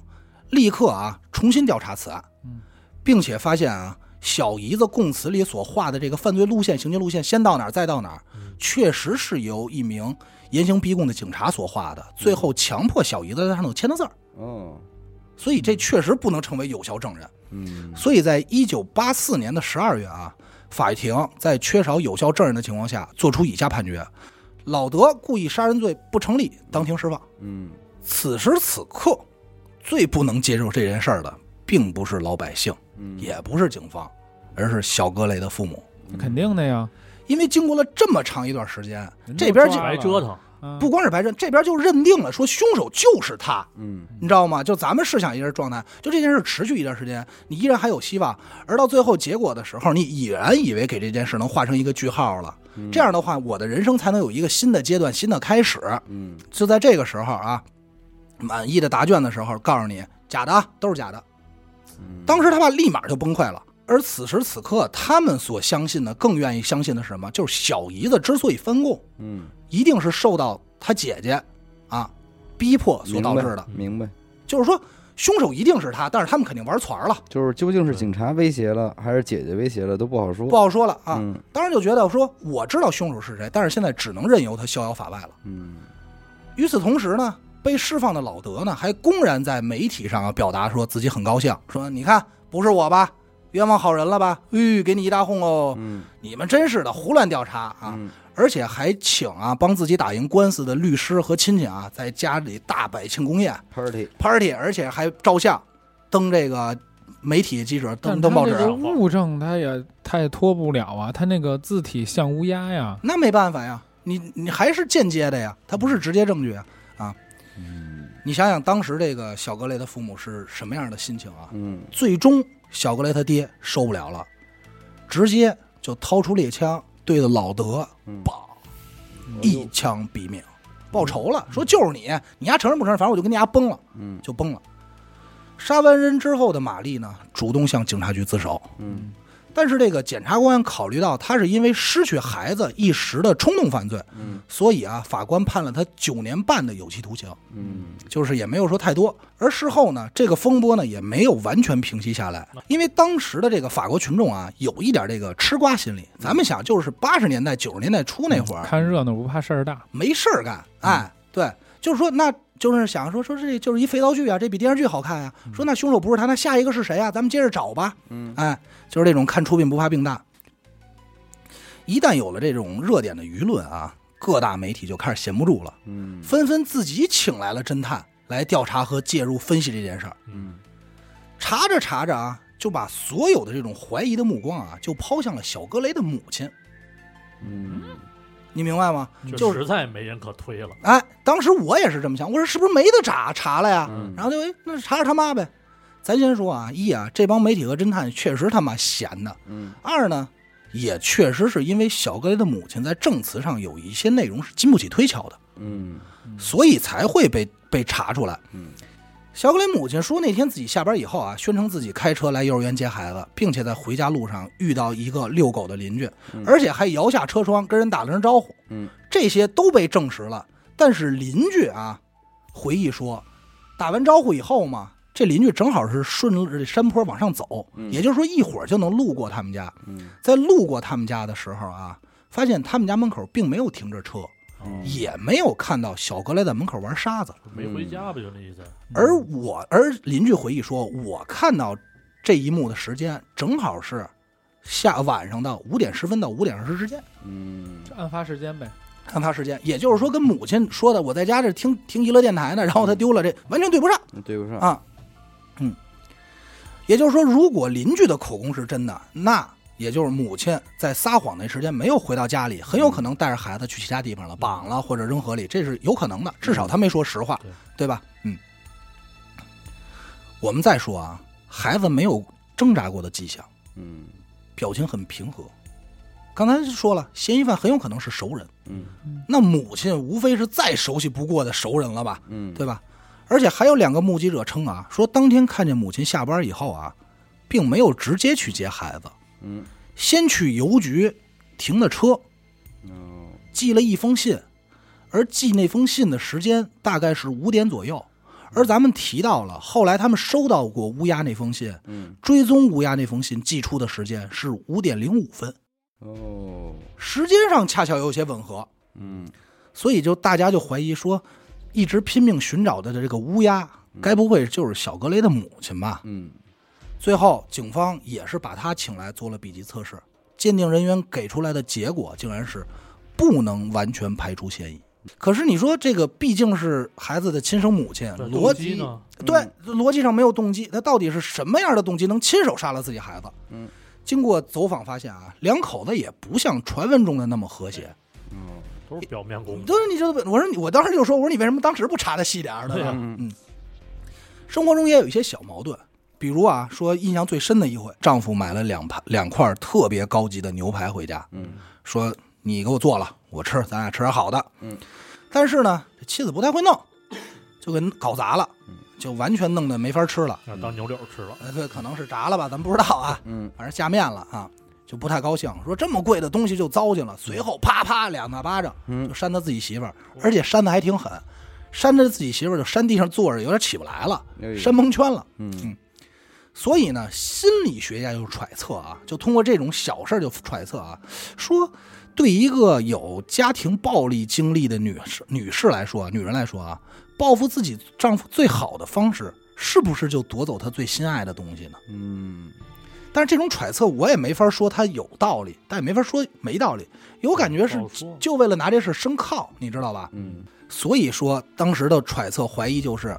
[SPEAKER 2] 立刻啊重新调查此案
[SPEAKER 4] 嗯，
[SPEAKER 2] 并且发现啊小姨子供词里所画的这个犯罪路线、行进路线，先到哪儿再到哪儿，确实是由一名严刑逼供的警察所画的，最后强迫小姨子在上头签的字儿，
[SPEAKER 1] 哦，
[SPEAKER 2] 所以这确实不能成为有效证人。
[SPEAKER 1] 嗯，
[SPEAKER 2] 所以在一九八四年的十二月啊，法庭在缺少有效证人的情况下，作出以下判决：老德故意杀人罪不成立，当庭释放。
[SPEAKER 1] 嗯
[SPEAKER 2] 此时此刻，最不能接受这件事儿的，并不是老百姓，
[SPEAKER 1] 嗯，
[SPEAKER 2] 也不是警方，而是小格雷的父母。
[SPEAKER 4] 肯定的呀。
[SPEAKER 2] 因为经过了这么长一段时间，
[SPEAKER 4] 人都
[SPEAKER 2] 这边就
[SPEAKER 4] 抓了
[SPEAKER 3] 白折腾，
[SPEAKER 4] 嗯
[SPEAKER 2] 不光是白人，这边就认定了说凶手就是他。
[SPEAKER 1] 嗯
[SPEAKER 2] 你知道吗？就咱们试想一下状态，就这件事持续一段时间，你依然还有希望，而到最后结果的时候，你已然以为给这件事能画上一个句号了。
[SPEAKER 1] 嗯
[SPEAKER 2] 这样的话，我的人生才能有一个新的阶段、新的开始。
[SPEAKER 1] 嗯
[SPEAKER 2] 就在这个时候啊，满意的答卷的时候，告诉你假的啊，都是假的。
[SPEAKER 1] 嗯
[SPEAKER 2] 当时他爸立马就崩溃了。而此时此刻，他们所相信的、更愿意相信的是什么？就是小姨子之所以翻供，
[SPEAKER 1] 嗯
[SPEAKER 2] 一定是受到他姐姐啊逼迫所
[SPEAKER 1] 明
[SPEAKER 2] 导
[SPEAKER 1] 白
[SPEAKER 2] 致的。
[SPEAKER 1] 明白，
[SPEAKER 2] 就是说凶手一定是他，但是他们肯定玩团儿了，
[SPEAKER 1] 就是究竟是警察威胁了还是姐姐威胁了都不好说
[SPEAKER 2] 不好说了啊。
[SPEAKER 1] 嗯
[SPEAKER 2] 当时就觉得说我知道凶手是谁，但是现在只能任由他逍遥法外了。
[SPEAKER 1] 嗯
[SPEAKER 2] 与此同时呢，被释放的老德呢，还公然在媒体上啊表达说自己很高兴，说你看不是我吧，冤枉好人了吧？吁、给你一大哄哦！
[SPEAKER 1] 嗯
[SPEAKER 2] 你们真是的，胡乱调查啊！
[SPEAKER 1] 嗯
[SPEAKER 2] 而且还请啊帮自己打赢官司的律师和亲戚啊，在家里大摆庆功宴
[SPEAKER 1] party
[SPEAKER 2] party，而且还照相登这个媒体记者
[SPEAKER 4] 但
[SPEAKER 2] 登
[SPEAKER 4] 是
[SPEAKER 2] 登
[SPEAKER 4] 他
[SPEAKER 2] 报
[SPEAKER 4] 这
[SPEAKER 2] 纸。
[SPEAKER 4] 个物证，他也他也脱不了啊，他那个字体像乌鸦呀，
[SPEAKER 2] 那没办法呀，你你还是间接的呀，它不是直接证据啊。啊
[SPEAKER 1] 嗯
[SPEAKER 2] 你想想当时这个小格雷的父母是什么样的心情啊？
[SPEAKER 1] 嗯
[SPEAKER 2] 最终，小格雷他爹受不了了，直接就掏出猎枪对着老德
[SPEAKER 1] 嗯
[SPEAKER 2] 一枪毙命，报仇了，说就是你，你丫承认不承认？反正我就跟你丫崩了，
[SPEAKER 1] 嗯
[SPEAKER 2] 就崩了。杀完人之后的玛丽呢，主动向警察局自首，
[SPEAKER 1] 嗯
[SPEAKER 2] 但是这个检察官考虑到他是因为失去孩子一时的冲动犯罪，
[SPEAKER 1] 嗯
[SPEAKER 2] 所以啊，法官判了他九年半的有期徒刑，
[SPEAKER 1] 嗯
[SPEAKER 2] 就是也没有说太多。而事后呢，这个风波呢也没有完全平息下来，因为当时的这个法国群众啊，有一点这个吃瓜心理。咱们想，就是八十年代、九十年代初那会儿，
[SPEAKER 4] 嗯
[SPEAKER 2] 嗯
[SPEAKER 4] 看热闹不怕事儿大。
[SPEAKER 2] 没事儿干，哎，对，就是说，那就是想说说这就是一肥皂剧啊，这比电视剧好看啊。说那凶手不是他，那下一个是谁啊？咱们接着找吧。
[SPEAKER 1] 嗯
[SPEAKER 2] 哎，就是这种看出病不怕病大。一旦有了这种热点的舆论啊，各大媒体就开始闲不住了，
[SPEAKER 1] 嗯
[SPEAKER 2] 纷纷自己请来了侦探来调查和介入分析这件事儿。
[SPEAKER 1] 嗯
[SPEAKER 2] 查着查着啊，就把所有的这种怀疑的目光啊，就抛向了小格雷的母亲。
[SPEAKER 1] 嗯
[SPEAKER 2] 你明白吗？
[SPEAKER 3] 就
[SPEAKER 2] 嗯就是
[SPEAKER 3] 实在没人可推了。
[SPEAKER 2] 哎，当时我也是这么想，我说是不是没得查查了呀？
[SPEAKER 1] 嗯
[SPEAKER 2] 然后就哎，那查查他妈呗。咱先说啊，一啊，这帮媒体和侦探确实他妈闲的，
[SPEAKER 1] 嗯
[SPEAKER 2] 二呢，也确实是因为小格雷的母亲在证词上有一些内容是经不起推敲的，
[SPEAKER 1] 嗯
[SPEAKER 2] 所以才会被被查出来。
[SPEAKER 1] 嗯
[SPEAKER 2] 小格雷母亲说，那天自己下班以后啊，宣称自己开车来幼儿园接孩子，并且在回家路上遇到一个遛狗的邻居
[SPEAKER 1] 嗯，
[SPEAKER 2] 而且还摇下车窗跟人打了声招呼。
[SPEAKER 1] 嗯，
[SPEAKER 2] 这些都被证实了。但是邻居啊，回忆说，打完招呼以后嘛，这邻居正好是顺着这山坡往上走，
[SPEAKER 1] 嗯
[SPEAKER 2] 也就是说一会儿就能路过他们家。
[SPEAKER 1] 嗯
[SPEAKER 2] 在路过他们家的时候啊，发现他们家门口并没有停着车，
[SPEAKER 4] 嗯
[SPEAKER 2] 也没有看到小格雷在门口玩沙子。
[SPEAKER 3] 没回家吧，就那意思。
[SPEAKER 4] 嗯
[SPEAKER 2] 而我，而邻居回忆说，我看到这一幕的时间正好是下晚上的五点十分到五点二十之间，
[SPEAKER 1] 嗯
[SPEAKER 4] 案发时间呗，
[SPEAKER 2] 案发时间。也就是说，跟母亲说的，我在家这听听娱乐电台呢，然后他丢了这，完全对不上。
[SPEAKER 1] 嗯，对不上
[SPEAKER 2] 啊也就是说，如果邻居的口供是真的，那也就是母亲在撒谎那时间没有回到家里，很有可能带着孩子去其他地方了，绑了或者扔河里，这是有可能的。至少他没说实话
[SPEAKER 3] 对，
[SPEAKER 2] 对吧？嗯。我们再说啊，孩子没有挣扎过的迹象，
[SPEAKER 1] 嗯
[SPEAKER 2] 表情很平和。刚才就说了，嫌疑犯很有可能是熟人，
[SPEAKER 1] 嗯
[SPEAKER 2] 那母亲无非是再熟悉不过的熟人了吧？
[SPEAKER 1] 嗯
[SPEAKER 2] 对吧？而且还有两个目击者称啊，说当天看见母亲下班以后啊，并没有直接去接孩子，
[SPEAKER 1] 嗯
[SPEAKER 2] 先去邮局停的车，
[SPEAKER 1] 哦
[SPEAKER 2] 寄了一封信，而寄那封信的时间大概是五点左右。
[SPEAKER 1] 嗯
[SPEAKER 2] 而咱们提到了，后来他们收到过乌鸦那封信，
[SPEAKER 1] 嗯
[SPEAKER 2] 追踪乌鸦那封信寄出的时间是五点零五分，
[SPEAKER 1] 哦
[SPEAKER 2] 时间上恰巧有些吻合，
[SPEAKER 1] 嗯
[SPEAKER 2] 所以就大家就怀疑说，一
[SPEAKER 3] 嗯
[SPEAKER 2] 直拼命寻找的这个乌鸦，该不会就是小格雷的母亲吧？
[SPEAKER 1] 嗯
[SPEAKER 2] 最后，警方也是把他请来做了笔迹测试，鉴定人员给出来的结果竟然是不能完全排除嫌疑。
[SPEAKER 3] 嗯
[SPEAKER 2] 可是你说这个毕竟是孩子的亲生母亲，
[SPEAKER 3] 这
[SPEAKER 2] 逻
[SPEAKER 3] 动机
[SPEAKER 2] 辑
[SPEAKER 3] 呢？
[SPEAKER 2] 对，逻辑上没有动机，他到底是什么样的动机能亲手杀了自己孩子？
[SPEAKER 1] 嗯，
[SPEAKER 2] 经过走访发现啊，两口子也不像传闻中的那么和谐。
[SPEAKER 1] 嗯
[SPEAKER 3] 都是表面功夫。
[SPEAKER 2] 都是你这，我说你我当时就说，我说你为什么当时不查的细点儿呢？
[SPEAKER 3] 对啊
[SPEAKER 1] 嗯
[SPEAKER 2] 生活中也有一些小矛盾，比如啊，说印象最深的一回，丈夫买了两盘两块特别高级的牛排回家，
[SPEAKER 1] 嗯
[SPEAKER 2] 说你给我做了，我吃，咱俩吃点好的。
[SPEAKER 1] 嗯，
[SPEAKER 2] 但是呢，这妻子不太会弄，就给搞砸了，就完全弄得没法吃了。
[SPEAKER 3] 啊当牛柳吃了，
[SPEAKER 2] 呃，对，可能是炸了吧，咱不知道啊，
[SPEAKER 1] 嗯
[SPEAKER 2] 反正下面了啊，就不太高兴，说这么贵的东西就糟践了。随后啪啪两大巴掌，
[SPEAKER 1] 嗯
[SPEAKER 2] 就扇他自己媳妇儿，而且扇的还挺狠，扇着自己媳妇儿就扇地上坐着，有点起不来了，
[SPEAKER 1] 哎
[SPEAKER 2] 扇蒙圈了。
[SPEAKER 1] 嗯
[SPEAKER 2] 所以呢，心理学家就揣测啊，就通过这种小事儿就揣测啊，说对一个有家庭暴力经历的女士女士来说，女人来说啊，报复自己丈夫最好的方式，是不是就夺走她最心爱的东西呢？
[SPEAKER 1] 嗯
[SPEAKER 2] 但是这种揣测我也没法说它有道理，但也没法说没道理。有感觉是
[SPEAKER 4] 哦
[SPEAKER 3] 不好说
[SPEAKER 2] 就为了拿这事生靠，你知道吧？
[SPEAKER 1] 嗯
[SPEAKER 2] 所以说当时的揣测怀疑就是，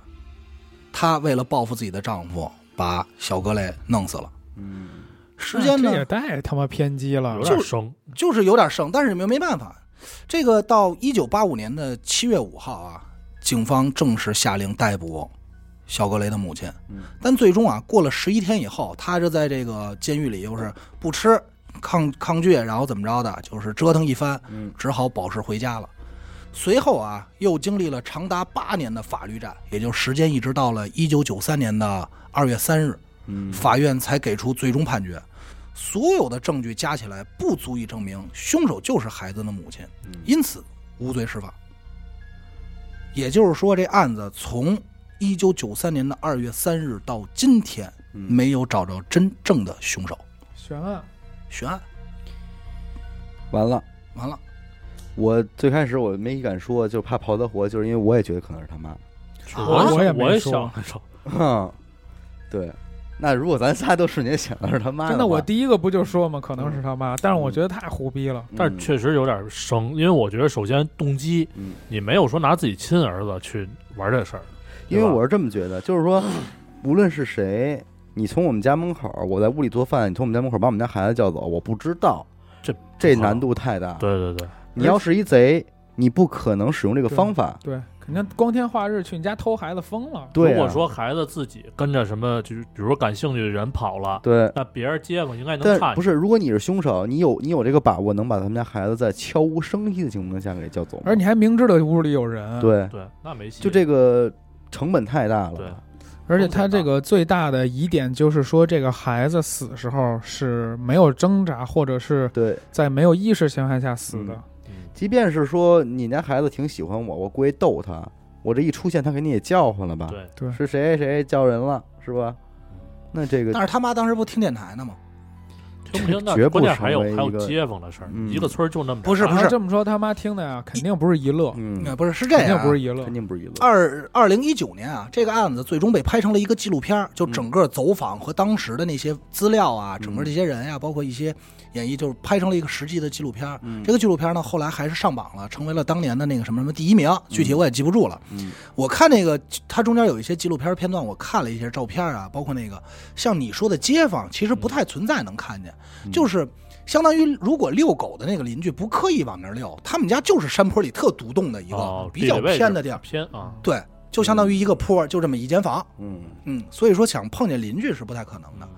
[SPEAKER 2] 她为了报复自己的丈夫，把小格雷弄死了。
[SPEAKER 1] 嗯
[SPEAKER 2] 时间
[SPEAKER 4] 哎这
[SPEAKER 2] 呢
[SPEAKER 4] 也，太他妈偏激了
[SPEAKER 3] 有，点
[SPEAKER 1] 啊
[SPEAKER 3] 生，
[SPEAKER 2] 就是有点剩，但是也没没办法。这个到一九八五年的七月五号啊，警方正式下令逮捕小格雷的母亲。
[SPEAKER 1] 嗯
[SPEAKER 2] 但最终啊，过了十一天以后，他就在这个监狱里又是不吃抗抗拒，然后怎么着的，就是折腾一番，
[SPEAKER 1] 嗯
[SPEAKER 2] 只好保释回家了。随后啊，又经历了长达八年的法律战，也就时间一直到了一九九三年的二月三日，
[SPEAKER 1] 嗯
[SPEAKER 2] 法院才给出最终判决。所有的证据加起来不足以证明凶手就是孩子的母亲，因此无罪释放。也就是说，这案子从一九九三年的二月三日到今天，
[SPEAKER 4] 嗯
[SPEAKER 2] 没有找着真正的凶手，
[SPEAKER 4] 悬案。
[SPEAKER 2] 悬案
[SPEAKER 1] 完了。
[SPEAKER 2] 完了。
[SPEAKER 1] 我最开始我没敢说，就怕刨他活，就是因为我也觉得可能是他妈。
[SPEAKER 2] 啊
[SPEAKER 4] 我也没
[SPEAKER 3] 我也
[SPEAKER 4] 说
[SPEAKER 3] 想来着，
[SPEAKER 1] 哼，对。那如果咱仨都瞬间想到是他妈话，
[SPEAKER 4] 真的，我第一个不就说嘛，可能是他妈，但是我觉得太胡逼了。
[SPEAKER 1] 嗯，
[SPEAKER 3] 但是确实有点生，因为我觉得首先动机，
[SPEAKER 1] 嗯
[SPEAKER 3] 你没有说拿自己亲儿子去玩这事儿，
[SPEAKER 1] 因为
[SPEAKER 3] 对吧
[SPEAKER 1] 我是这么觉得，就是说，无论是谁，你从我们家门口，我在屋里做饭，你从我们家门口把我们家孩子叫走，我不知道，
[SPEAKER 3] 这
[SPEAKER 1] 这难度太大。
[SPEAKER 3] 对对对，
[SPEAKER 1] 你要是一贼，你不可能使用这个方法。
[SPEAKER 4] 对，肯定光天化日去你家偷孩子疯了。
[SPEAKER 1] 对啊，
[SPEAKER 3] 如果说孩子自己跟着什么，就是比如说感兴趣的人跑了，
[SPEAKER 1] 对，
[SPEAKER 3] 那别人街坊应该能
[SPEAKER 1] 但
[SPEAKER 3] 看，
[SPEAKER 1] 不是，，如果你是凶手，你有你有这个把握能把他们家孩子在悄无声息的情况下给叫走吗？
[SPEAKER 4] 而你还明知道屋里有人，，
[SPEAKER 1] 对，
[SPEAKER 3] 对，那没戏，
[SPEAKER 1] 就这个成本太大了。
[SPEAKER 3] 对，
[SPEAKER 4] 而且他这个最大的疑点就是说，这个孩子死时候是没有挣扎，或者是
[SPEAKER 1] 对，
[SPEAKER 4] 在没有意识情况下死的。
[SPEAKER 3] 嗯
[SPEAKER 1] 即便是说你家孩子挺喜欢我，我故意逗他，我这一出现，他肯定也叫唤了吧？
[SPEAKER 3] 对，
[SPEAKER 4] 对，
[SPEAKER 1] 是谁谁叫人了，是吧？那这个
[SPEAKER 2] 但是他妈当时不听电台呢吗？
[SPEAKER 3] 听不听
[SPEAKER 1] 绝
[SPEAKER 3] 那
[SPEAKER 1] 不
[SPEAKER 3] 关键还有
[SPEAKER 1] 成为
[SPEAKER 3] 还有
[SPEAKER 1] 一个
[SPEAKER 3] 街坊的事儿，
[SPEAKER 1] 嗯
[SPEAKER 3] 一个村儿就那么
[SPEAKER 2] 不是
[SPEAKER 3] 点儿
[SPEAKER 2] 不是
[SPEAKER 4] 这么说，他妈听的呀，肯定不是一乐，
[SPEAKER 1] 嗯，
[SPEAKER 2] 呃，不是，是这
[SPEAKER 4] 肯
[SPEAKER 2] 样
[SPEAKER 4] 定
[SPEAKER 2] 啊、
[SPEAKER 4] 不是一乐
[SPEAKER 1] 肯。定不是一个。
[SPEAKER 2] 二二零一九年啊，这个案子最终被拍成了一个纪录片儿，
[SPEAKER 3] 嗯
[SPEAKER 2] 就整个走访和当时的那些资料啊，整个这些人呀、包括一些演绎，就是拍成了一个实际的纪录片儿。
[SPEAKER 1] 嗯
[SPEAKER 2] 这个纪录片呢，后来还是上榜了，成为了当年的那个什么什么第一名，具体我也记不住了。
[SPEAKER 1] 嗯
[SPEAKER 2] 我看那个，它中间有一些纪录片片段，我看了一些照片啊，包括那个像你说的街坊，其实不太存在能看见，
[SPEAKER 1] 嗯
[SPEAKER 2] 就是相当于如果遛狗的那个邻居不刻意往那儿遛，他们家就是山坡里特独栋的一个、
[SPEAKER 3] 哦
[SPEAKER 2] 比较
[SPEAKER 3] 地理位置
[SPEAKER 2] 偏的地儿，
[SPEAKER 3] 偏啊，
[SPEAKER 2] 对，就相当于一个坡，就这么一间房，
[SPEAKER 1] 嗯
[SPEAKER 2] 嗯，所以说想碰见邻居是不太可能的，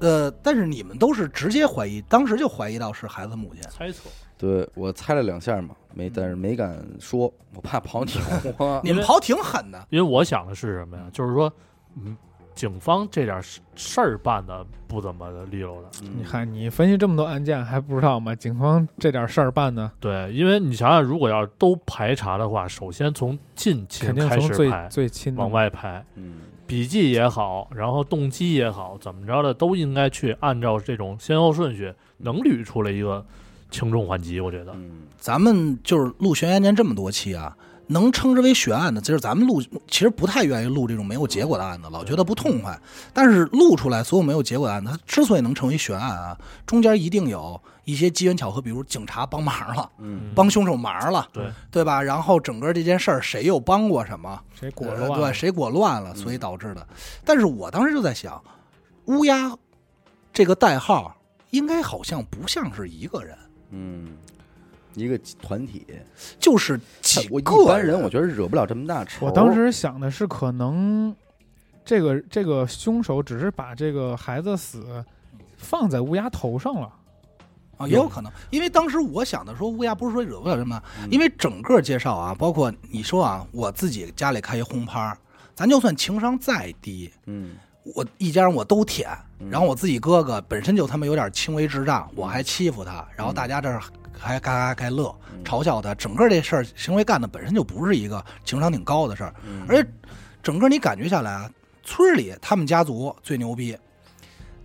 [SPEAKER 2] 呃，但是你们都是直接怀疑，当时就怀疑到是孩子母亲，
[SPEAKER 3] 猜测，
[SPEAKER 1] 对我猜了两下嘛，没，但是没敢说，我怕跑你啊 活。
[SPEAKER 2] 你们刨挺狠的，
[SPEAKER 3] 因为我想的是什么呀？就是说，嗯，警方这点事事儿办的不怎么利落的，
[SPEAKER 1] 嗯
[SPEAKER 4] 你看，你分析这么多案件还不知道吗？警方这点事儿办的，
[SPEAKER 3] 对，因为你想想，如果要是都排查的话，首先从近亲
[SPEAKER 4] 肯定
[SPEAKER 3] 开
[SPEAKER 4] 从
[SPEAKER 3] 始
[SPEAKER 4] 最
[SPEAKER 3] 排，
[SPEAKER 4] 最亲的
[SPEAKER 3] 往外排，
[SPEAKER 1] 嗯
[SPEAKER 3] 笔迹也好，然后动机也好，怎么着的都应该去按照这种先后顺序，能捋出来一个轻重缓急。我觉得，
[SPEAKER 1] 嗯
[SPEAKER 2] 咱们就是录悬疑案件这么多期啊，能称之为悬案的，就是咱们录，其实不太愿意录这种没有结果的案子，老觉得不痛快。但是录出来所有没有结果的案子，它之所以能成为悬案啊，中间一定有一些机缘巧合，比如警察帮忙了，
[SPEAKER 1] 嗯，
[SPEAKER 2] 帮凶手忙了，
[SPEAKER 3] 对
[SPEAKER 2] 对吧？然后整个这件事儿谁又帮过什么，
[SPEAKER 4] 谁裹
[SPEAKER 2] 呃
[SPEAKER 4] 了吧？
[SPEAKER 2] 对，谁裹乱了，所以导致的。但是我当时就在想，乌鸦这个代号应该好像不像是一个人，
[SPEAKER 1] 嗯，一个团体，
[SPEAKER 2] 就是几
[SPEAKER 1] 呃我
[SPEAKER 2] 个
[SPEAKER 1] 一般人我觉得惹不了这么大仇。
[SPEAKER 4] 我
[SPEAKER 2] 哦
[SPEAKER 4] 当时想的是，可能这个这个凶手只是把这个孩子死放在乌鸦头上了。
[SPEAKER 2] 啊，也有可能，因为当时我想的说乌鸦不是说惹不了什么，
[SPEAKER 1] 嗯
[SPEAKER 2] 因为整个介绍啊，包括你说啊，我自己家里开一轰趴儿，咱就算情商再低，
[SPEAKER 1] 嗯，
[SPEAKER 2] 我一家人我都舔，
[SPEAKER 1] 嗯
[SPEAKER 2] 然后我自己哥哥本身就他妈有点轻微智障，我还欺负他，然后大家这儿还嘎嘎该乐，
[SPEAKER 1] 嗯
[SPEAKER 2] 嘲笑他，整个这事儿行为干的本身就不是一个情商挺高的事儿，
[SPEAKER 1] 嗯
[SPEAKER 2] 而且整个你感觉下来啊，村儿里他们家族最牛逼，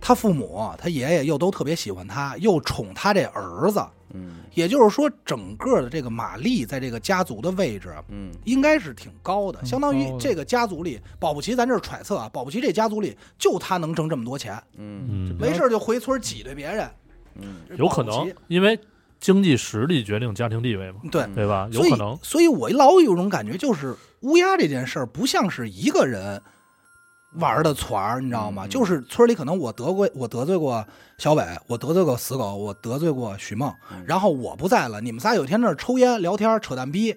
[SPEAKER 2] 他父母、他爷爷又都特别喜欢他，又宠他这儿子，
[SPEAKER 1] 嗯
[SPEAKER 2] 也就是说，整个的这个玛丽在这个家族的位置。
[SPEAKER 1] 嗯
[SPEAKER 2] 应该是挺高的，
[SPEAKER 4] 嗯挺
[SPEAKER 2] 相当于
[SPEAKER 4] 高的
[SPEAKER 2] 这个家族里，保不齐咱这儿揣测啊，保不齐这家族里就他能挣这么多钱，
[SPEAKER 1] 嗯
[SPEAKER 3] 嗯，
[SPEAKER 2] 没事儿就回村儿挤兑别人，
[SPEAKER 1] 嗯
[SPEAKER 3] 有可
[SPEAKER 2] 保不
[SPEAKER 3] 能
[SPEAKER 2] 齐，
[SPEAKER 3] 因为经济实力决定家庭地位嘛，
[SPEAKER 2] 对，
[SPEAKER 3] 对吧？有
[SPEAKER 2] 嗯所以
[SPEAKER 3] 可能，
[SPEAKER 2] 所以我老有种感觉，就是乌鸦这件事儿不像是一个人玩的团儿，你知道吗？
[SPEAKER 1] 嗯
[SPEAKER 2] 就是村里可能我得过我得罪过小伟，我得罪过死狗，我得罪过许梦
[SPEAKER 1] 嗯，
[SPEAKER 2] 然后我不在了，你们仨有一天那儿抽烟聊天扯淡逼。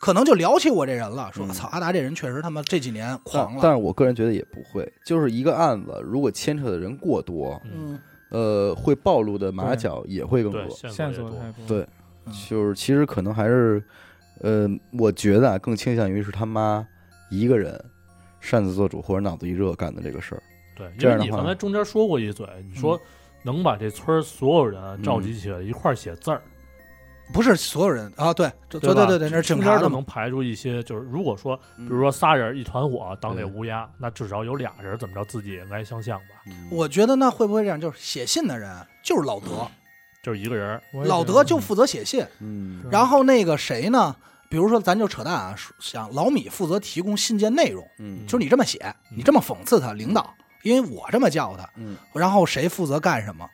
[SPEAKER 2] 可能就聊起我这人了，说
[SPEAKER 1] 嗯
[SPEAKER 2] 操阿达这人确实他妈这几年狂
[SPEAKER 1] 但
[SPEAKER 2] 了，
[SPEAKER 3] 嗯
[SPEAKER 1] 但是我个人觉得也不会，就是一个案子，如果牵扯的人过多，
[SPEAKER 2] 嗯，
[SPEAKER 1] 呃，会暴露的马
[SPEAKER 4] 对
[SPEAKER 1] 脚也会更
[SPEAKER 3] 对，
[SPEAKER 1] 多。
[SPEAKER 3] 线
[SPEAKER 4] 线
[SPEAKER 3] 索
[SPEAKER 4] 索
[SPEAKER 3] 也
[SPEAKER 4] 太
[SPEAKER 3] 多，
[SPEAKER 4] 多，
[SPEAKER 1] 对
[SPEAKER 2] 嗯
[SPEAKER 1] 就是其实可能还是，呃，我觉得啊，更倾向于是他妈一个人擅自做主或者脑子一热干的这个事儿。
[SPEAKER 3] 对，
[SPEAKER 1] 这
[SPEAKER 3] 因为
[SPEAKER 1] 样的
[SPEAKER 3] 你
[SPEAKER 1] 话
[SPEAKER 3] 刚才中间说过一嘴，你说能把这村儿所有人啊召集起来一块儿写字儿，
[SPEAKER 2] 不是所有人啊，对，对对
[SPEAKER 3] 吧
[SPEAKER 2] 对对，那是
[SPEAKER 3] 中
[SPEAKER 2] 警
[SPEAKER 3] 间
[SPEAKER 2] 察
[SPEAKER 3] 就
[SPEAKER 2] 的嘛，
[SPEAKER 3] 能排除一些，就是如果说
[SPEAKER 1] 比
[SPEAKER 3] 比如，说仨人一团火当
[SPEAKER 1] 嗯
[SPEAKER 3] 这
[SPEAKER 1] 对
[SPEAKER 3] 乌鸦，那至少有俩人怎么着自己也应该相像吧，
[SPEAKER 1] 嗯
[SPEAKER 2] 我觉得那会不会这样？就是写信的人就是
[SPEAKER 3] 嗯
[SPEAKER 2] 老德，
[SPEAKER 3] 就是一个人儿，
[SPEAKER 4] 我也觉得嗯
[SPEAKER 2] 老德就负责写信，
[SPEAKER 1] 嗯
[SPEAKER 2] 然后那个谁呢？比如说，咱就扯淡啊，想老米负责提供信件内容，
[SPEAKER 1] 嗯
[SPEAKER 2] 就是你这么写，你这么讽刺他领导，因为我这么叫他，
[SPEAKER 1] 嗯
[SPEAKER 2] 然后谁负责干什么？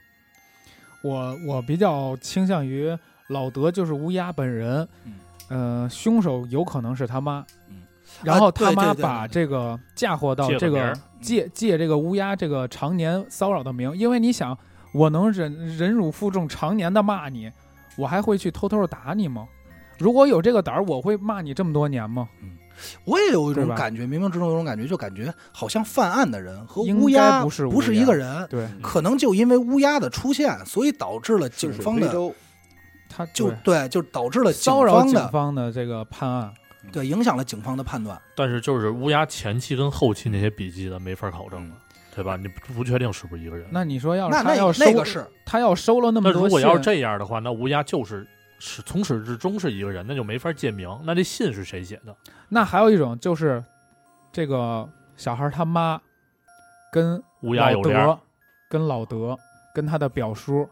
[SPEAKER 4] 我我比较倾向于老德就是乌鸦本人
[SPEAKER 2] 嗯，
[SPEAKER 4] 呃，凶手有可能是他妈
[SPEAKER 2] 嗯，
[SPEAKER 4] 然后
[SPEAKER 2] 啊对
[SPEAKER 4] 他妈
[SPEAKER 2] 对对
[SPEAKER 4] 把
[SPEAKER 2] 对
[SPEAKER 4] 这个嫁祸到
[SPEAKER 3] 借个
[SPEAKER 4] 这
[SPEAKER 3] 名
[SPEAKER 4] 个
[SPEAKER 3] 儿嗯
[SPEAKER 4] 借借这个乌鸦这个常年骚扰的名，因为你想，我能忍忍辱负重，常年的骂你，我还会去偷偷的打你吗？如果有这个胆儿，我会骂你这么多年吗？
[SPEAKER 2] 我也有一种
[SPEAKER 4] 对吧
[SPEAKER 2] 感觉，冥冥之中有种感觉，就感觉好像犯案的人和
[SPEAKER 4] 应该
[SPEAKER 2] 乌鸦
[SPEAKER 4] 不是乌鸦
[SPEAKER 2] 一个人，
[SPEAKER 4] 对
[SPEAKER 1] 嗯
[SPEAKER 2] 可能就因为乌鸦的出现，所以导致了警方的
[SPEAKER 4] 他
[SPEAKER 2] 就
[SPEAKER 4] 对
[SPEAKER 2] 对，就导致了警
[SPEAKER 4] 骚扰
[SPEAKER 2] 方
[SPEAKER 4] 警
[SPEAKER 2] 的
[SPEAKER 4] 方的这个判案，
[SPEAKER 2] 对影响了警方的判断。
[SPEAKER 3] 但是就是乌鸦前期跟后期那些笔记的没法考证了，对吧？你不不确定是不是一个人。
[SPEAKER 4] 那你说要
[SPEAKER 2] 那
[SPEAKER 4] 是
[SPEAKER 2] 那
[SPEAKER 4] 他要收
[SPEAKER 2] 那个是
[SPEAKER 4] 他要收了那
[SPEAKER 3] 那
[SPEAKER 4] 么多
[SPEAKER 3] 如果要是
[SPEAKER 4] 信啊
[SPEAKER 3] 这样的话，那乌鸦就是是从始至终是一个人，那就没法借名。那这信是谁写的？
[SPEAKER 4] 那还有一种就是，这个小孩他妈跟
[SPEAKER 3] 乌鸦
[SPEAKER 4] 老
[SPEAKER 3] 有联儿，
[SPEAKER 4] 德、跟老德、跟他的表叔，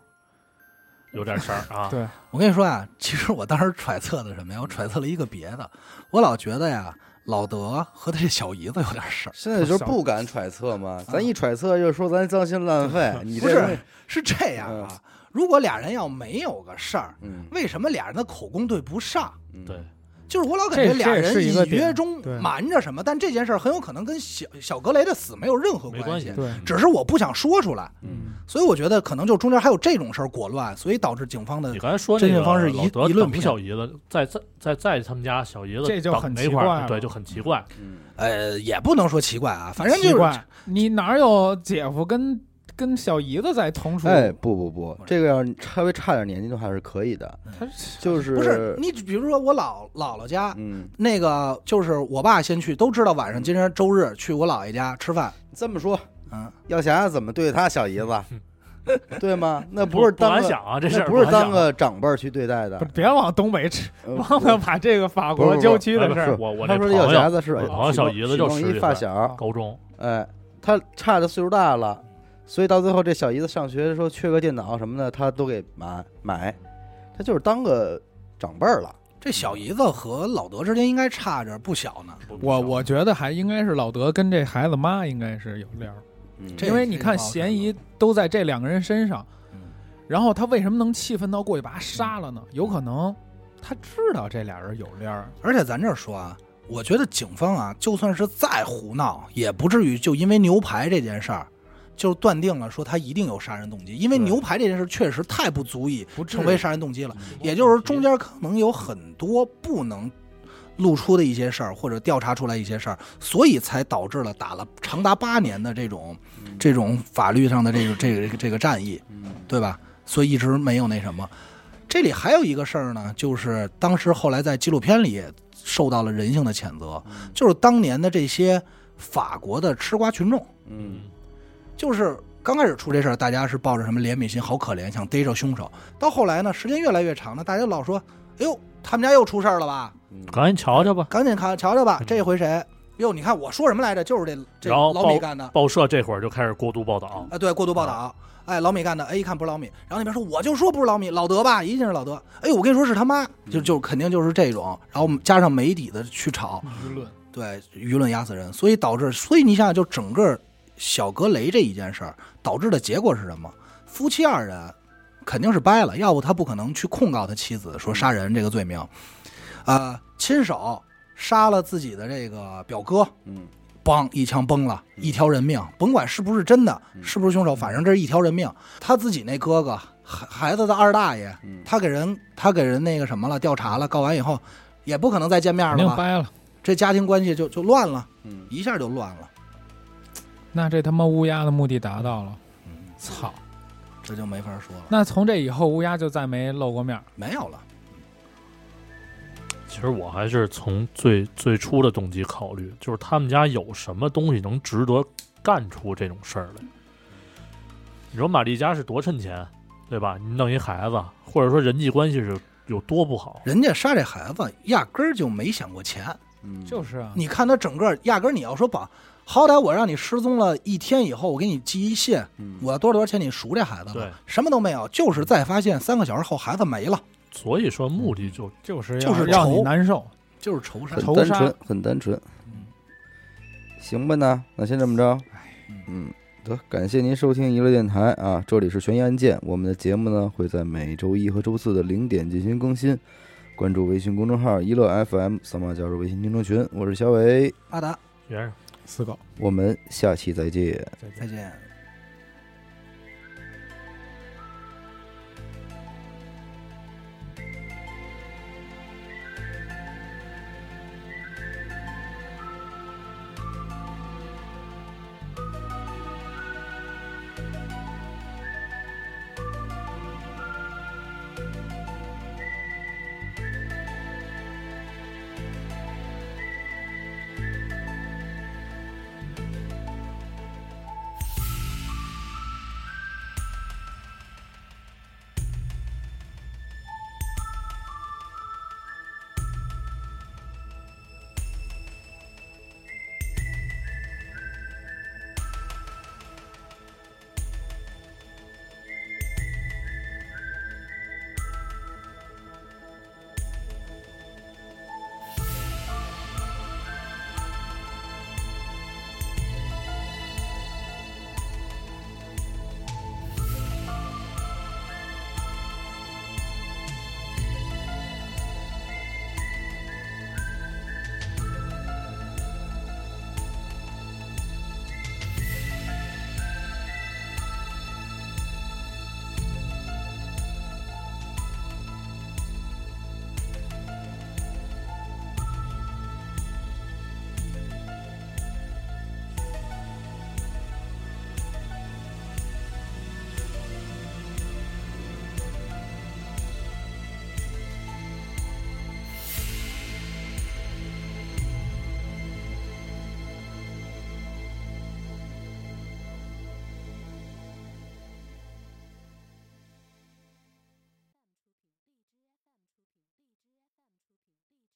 [SPEAKER 3] 有点事儿啊。
[SPEAKER 4] 对，
[SPEAKER 2] 我跟你说啊，其实我当时揣测的什么呀？我揣测了一个别的，我老觉得呀，老德和他这小姨子有点事儿，
[SPEAKER 1] 现在就是不敢揣测嘛，咱一揣测就说咱脏心烂肺，你
[SPEAKER 2] 不
[SPEAKER 1] 这
[SPEAKER 2] 是，是这样啊
[SPEAKER 1] 嗯。
[SPEAKER 2] 如果俩人要没有个事儿，
[SPEAKER 1] 嗯
[SPEAKER 2] 为什么俩人的口供对不上？
[SPEAKER 1] 嗯
[SPEAKER 3] 对，
[SPEAKER 2] 就是我老感觉
[SPEAKER 4] 这
[SPEAKER 2] 俩
[SPEAKER 4] 这也
[SPEAKER 2] 人
[SPEAKER 4] 是一个
[SPEAKER 2] 隐
[SPEAKER 4] 点
[SPEAKER 2] 约中
[SPEAKER 4] 对
[SPEAKER 2] 瞒着什么，但这件事儿很有可能跟小小格雷的死没有任何
[SPEAKER 3] 没
[SPEAKER 2] 关
[SPEAKER 3] 系，嗯
[SPEAKER 4] 对
[SPEAKER 2] 只是我不想说出来，
[SPEAKER 1] 嗯
[SPEAKER 2] 所以我觉得可能就中间还有这种事儿裹乱，所以导致警方的
[SPEAKER 3] 你刚才说
[SPEAKER 2] 嗯这
[SPEAKER 3] 那
[SPEAKER 2] 些
[SPEAKER 3] 个
[SPEAKER 2] 方式一
[SPEAKER 3] 老德
[SPEAKER 2] 一论
[SPEAKER 3] 等
[SPEAKER 2] 片
[SPEAKER 3] 小姨子，在在在在他们家小姨子
[SPEAKER 4] 这就
[SPEAKER 3] 等
[SPEAKER 4] 很
[SPEAKER 3] 那
[SPEAKER 4] 奇
[SPEAKER 3] 块
[SPEAKER 4] 怪
[SPEAKER 3] 儿，
[SPEAKER 4] 了
[SPEAKER 3] 对，就很奇怪。
[SPEAKER 1] 嗯
[SPEAKER 2] 呃也不能说奇怪啊，反正就
[SPEAKER 4] 奇
[SPEAKER 2] 是
[SPEAKER 4] 怪，你哪有姐夫跟跟小姨子在同处？
[SPEAKER 1] 哎，不不不，这个要是稍微差点年纪的话是可以的，
[SPEAKER 4] 他是
[SPEAKER 1] 就是
[SPEAKER 2] 不是你比如说我姥姥姥家，
[SPEAKER 1] 嗯，
[SPEAKER 2] 那个就是我爸先去，都知道晚上今天周日去我姥爷家吃饭。
[SPEAKER 1] 这么说，
[SPEAKER 2] 嗯，
[SPEAKER 1] 药匣怎么对他小姨 子，对吗？那
[SPEAKER 3] 不
[SPEAKER 1] 不是当
[SPEAKER 3] 敢
[SPEAKER 1] 个
[SPEAKER 3] 想啊，这事
[SPEAKER 1] 那
[SPEAKER 3] 儿
[SPEAKER 1] 不是
[SPEAKER 3] 敢想
[SPEAKER 1] 当个长辈儿去对待的
[SPEAKER 4] 不是，别往东北扯，
[SPEAKER 1] 呃
[SPEAKER 4] 忘了把这个法国郊区的
[SPEAKER 3] 不
[SPEAKER 4] 事
[SPEAKER 3] 是
[SPEAKER 4] 儿。
[SPEAKER 3] 我我
[SPEAKER 1] 他
[SPEAKER 3] 这
[SPEAKER 1] 说
[SPEAKER 3] 朋
[SPEAKER 1] 这药匣
[SPEAKER 3] 友
[SPEAKER 1] 子是
[SPEAKER 3] 我朋友小姨子就
[SPEAKER 1] 许
[SPEAKER 3] 十
[SPEAKER 1] 梦
[SPEAKER 3] 几
[SPEAKER 1] 一发
[SPEAKER 3] 岁
[SPEAKER 1] 小，
[SPEAKER 3] 高中，
[SPEAKER 1] 哎，他差的岁数大了，所以到最后这小姨子上学的时候缺个电脑什么的，他都给买买，他就是当个长辈儿了。
[SPEAKER 2] 这小姨子和老德之间应该差着不小呢。
[SPEAKER 4] 我我觉得还应该是老德跟这孩子妈应该是有料儿，
[SPEAKER 1] 嗯
[SPEAKER 2] 这
[SPEAKER 4] 因为你
[SPEAKER 2] 这
[SPEAKER 4] 看
[SPEAKER 2] 不好
[SPEAKER 4] 嫌
[SPEAKER 2] 说
[SPEAKER 4] 疑都在这两个人身上
[SPEAKER 2] 嗯，
[SPEAKER 4] 然后他为什么能气愤到过去把他杀了呢？有可能他知道这俩人有料儿，
[SPEAKER 2] 而且咱这儿说啊，我觉得警方啊，就算是再胡闹，也不至于就因为牛排这件事儿，就断定了说他一定有杀人动机，因为
[SPEAKER 1] 对
[SPEAKER 2] 牛排这件事确实太不足以
[SPEAKER 4] 不至
[SPEAKER 2] 成为
[SPEAKER 4] 于。
[SPEAKER 2] 杀人动机了。
[SPEAKER 1] 嗯
[SPEAKER 2] 也就是中间可能有很多不能露出的一些事儿，或者调查出来一些事儿，所以才导致了打了长达八年的这种这种法律上的这个这个这个这个战役，
[SPEAKER 1] 嗯
[SPEAKER 2] 对吧？所以一直没有那什么。这里还有一个事儿呢，就是当时后来在纪录片里也受到了人性的谴责，就是当年的这些法国的吃瓜群众，
[SPEAKER 1] 嗯
[SPEAKER 2] 就是刚开始出这事儿，大家是抱着什么怜悯心，好可怜，想逮着凶手。到后来呢，时间越来越长呢，大家老说，哎呦，他们家又出事儿了吧？
[SPEAKER 1] 嗯
[SPEAKER 3] 赶紧瞧瞧吧。
[SPEAKER 2] 赶紧看瞧瞧吧，
[SPEAKER 3] 嗯
[SPEAKER 2] 这回谁？哟，你看我说什么来着？就是这这
[SPEAKER 3] 然后
[SPEAKER 2] 老米
[SPEAKER 3] 报
[SPEAKER 2] 干的。
[SPEAKER 3] 报社这会儿就开始过度报道，
[SPEAKER 2] 啊，对，过度报道。哎，老米干的，哎，一看不是老米，然后那边说我就说不是老米，老德吧，一定是老德。哎，我跟你说是他妈，就就肯定就是这种，然后加上媒体的去炒，
[SPEAKER 4] 舆论
[SPEAKER 2] 对，舆论压死人，所以导致，所以你想想，就整个小格雷这一件事儿导致的结果是什么？夫妻二人肯定是掰了，要不他不可能去控告他妻子说杀人这个罪名，啊、亲手杀了自己的这个表哥，
[SPEAKER 1] 嗯
[SPEAKER 2] 梆一枪崩了，一条人命，甭管是不是真的，
[SPEAKER 1] 嗯
[SPEAKER 2] 是不是凶手，反正这是一条人命。他自己那哥哥，孩孩子的二大爷，
[SPEAKER 1] 嗯，
[SPEAKER 2] 他给人他给人那个什么了，调查了，告完以后，也不可能再见面
[SPEAKER 4] 肯定
[SPEAKER 2] 了吧？
[SPEAKER 4] 掰了。
[SPEAKER 2] 这家庭关系就就乱了。
[SPEAKER 1] 嗯
[SPEAKER 2] 一下就乱了，
[SPEAKER 4] 那这他妈乌鸦的目的达到了，
[SPEAKER 2] 嗯
[SPEAKER 4] 操！
[SPEAKER 2] 这就没法说了，
[SPEAKER 4] 那从这以后乌鸦就再没露过面儿。
[SPEAKER 2] 没有了。
[SPEAKER 3] 其实我还是从最最初的动机考虑，就是他们家有什么东西能值得干出这种事儿来。你说玛丽家是多趁钱，对吧？你弄一孩子，或者说人际关系是有多不好，
[SPEAKER 2] 人家杀这孩子压根儿就没想过钱，
[SPEAKER 1] 嗯
[SPEAKER 4] 就是啊，
[SPEAKER 2] 你看他整个压根儿你要说绑，好歹我让你失踪了一天以后，我给你寄一信，
[SPEAKER 1] 嗯
[SPEAKER 2] 我要多少多少钱你赎这孩子
[SPEAKER 3] 对
[SPEAKER 2] 了，什么都没有，就是再发现三个小时后孩子没了，
[SPEAKER 3] 所以说目的就
[SPEAKER 4] 就是
[SPEAKER 2] 就
[SPEAKER 4] 要
[SPEAKER 2] 是
[SPEAKER 4] 让你
[SPEAKER 2] 仇
[SPEAKER 4] 难受。
[SPEAKER 2] 就是仇杀
[SPEAKER 1] 很。
[SPEAKER 4] 仇
[SPEAKER 1] 单
[SPEAKER 4] 杀嗯
[SPEAKER 1] 纯，很单纯。行吧那那先这么着。
[SPEAKER 4] 哎
[SPEAKER 1] 嗯，得感谢您收听娱乐电台啊，这里是悬疑案件，我们的节目呢会在每周一和周四的零点进行更新。关注微信公众号“一乐 FM”，扫码加入微信听众群。我是小伟，
[SPEAKER 2] 阿达，
[SPEAKER 3] 原
[SPEAKER 4] 死狗，
[SPEAKER 1] 我们下期再见。
[SPEAKER 4] 再见
[SPEAKER 2] 再见。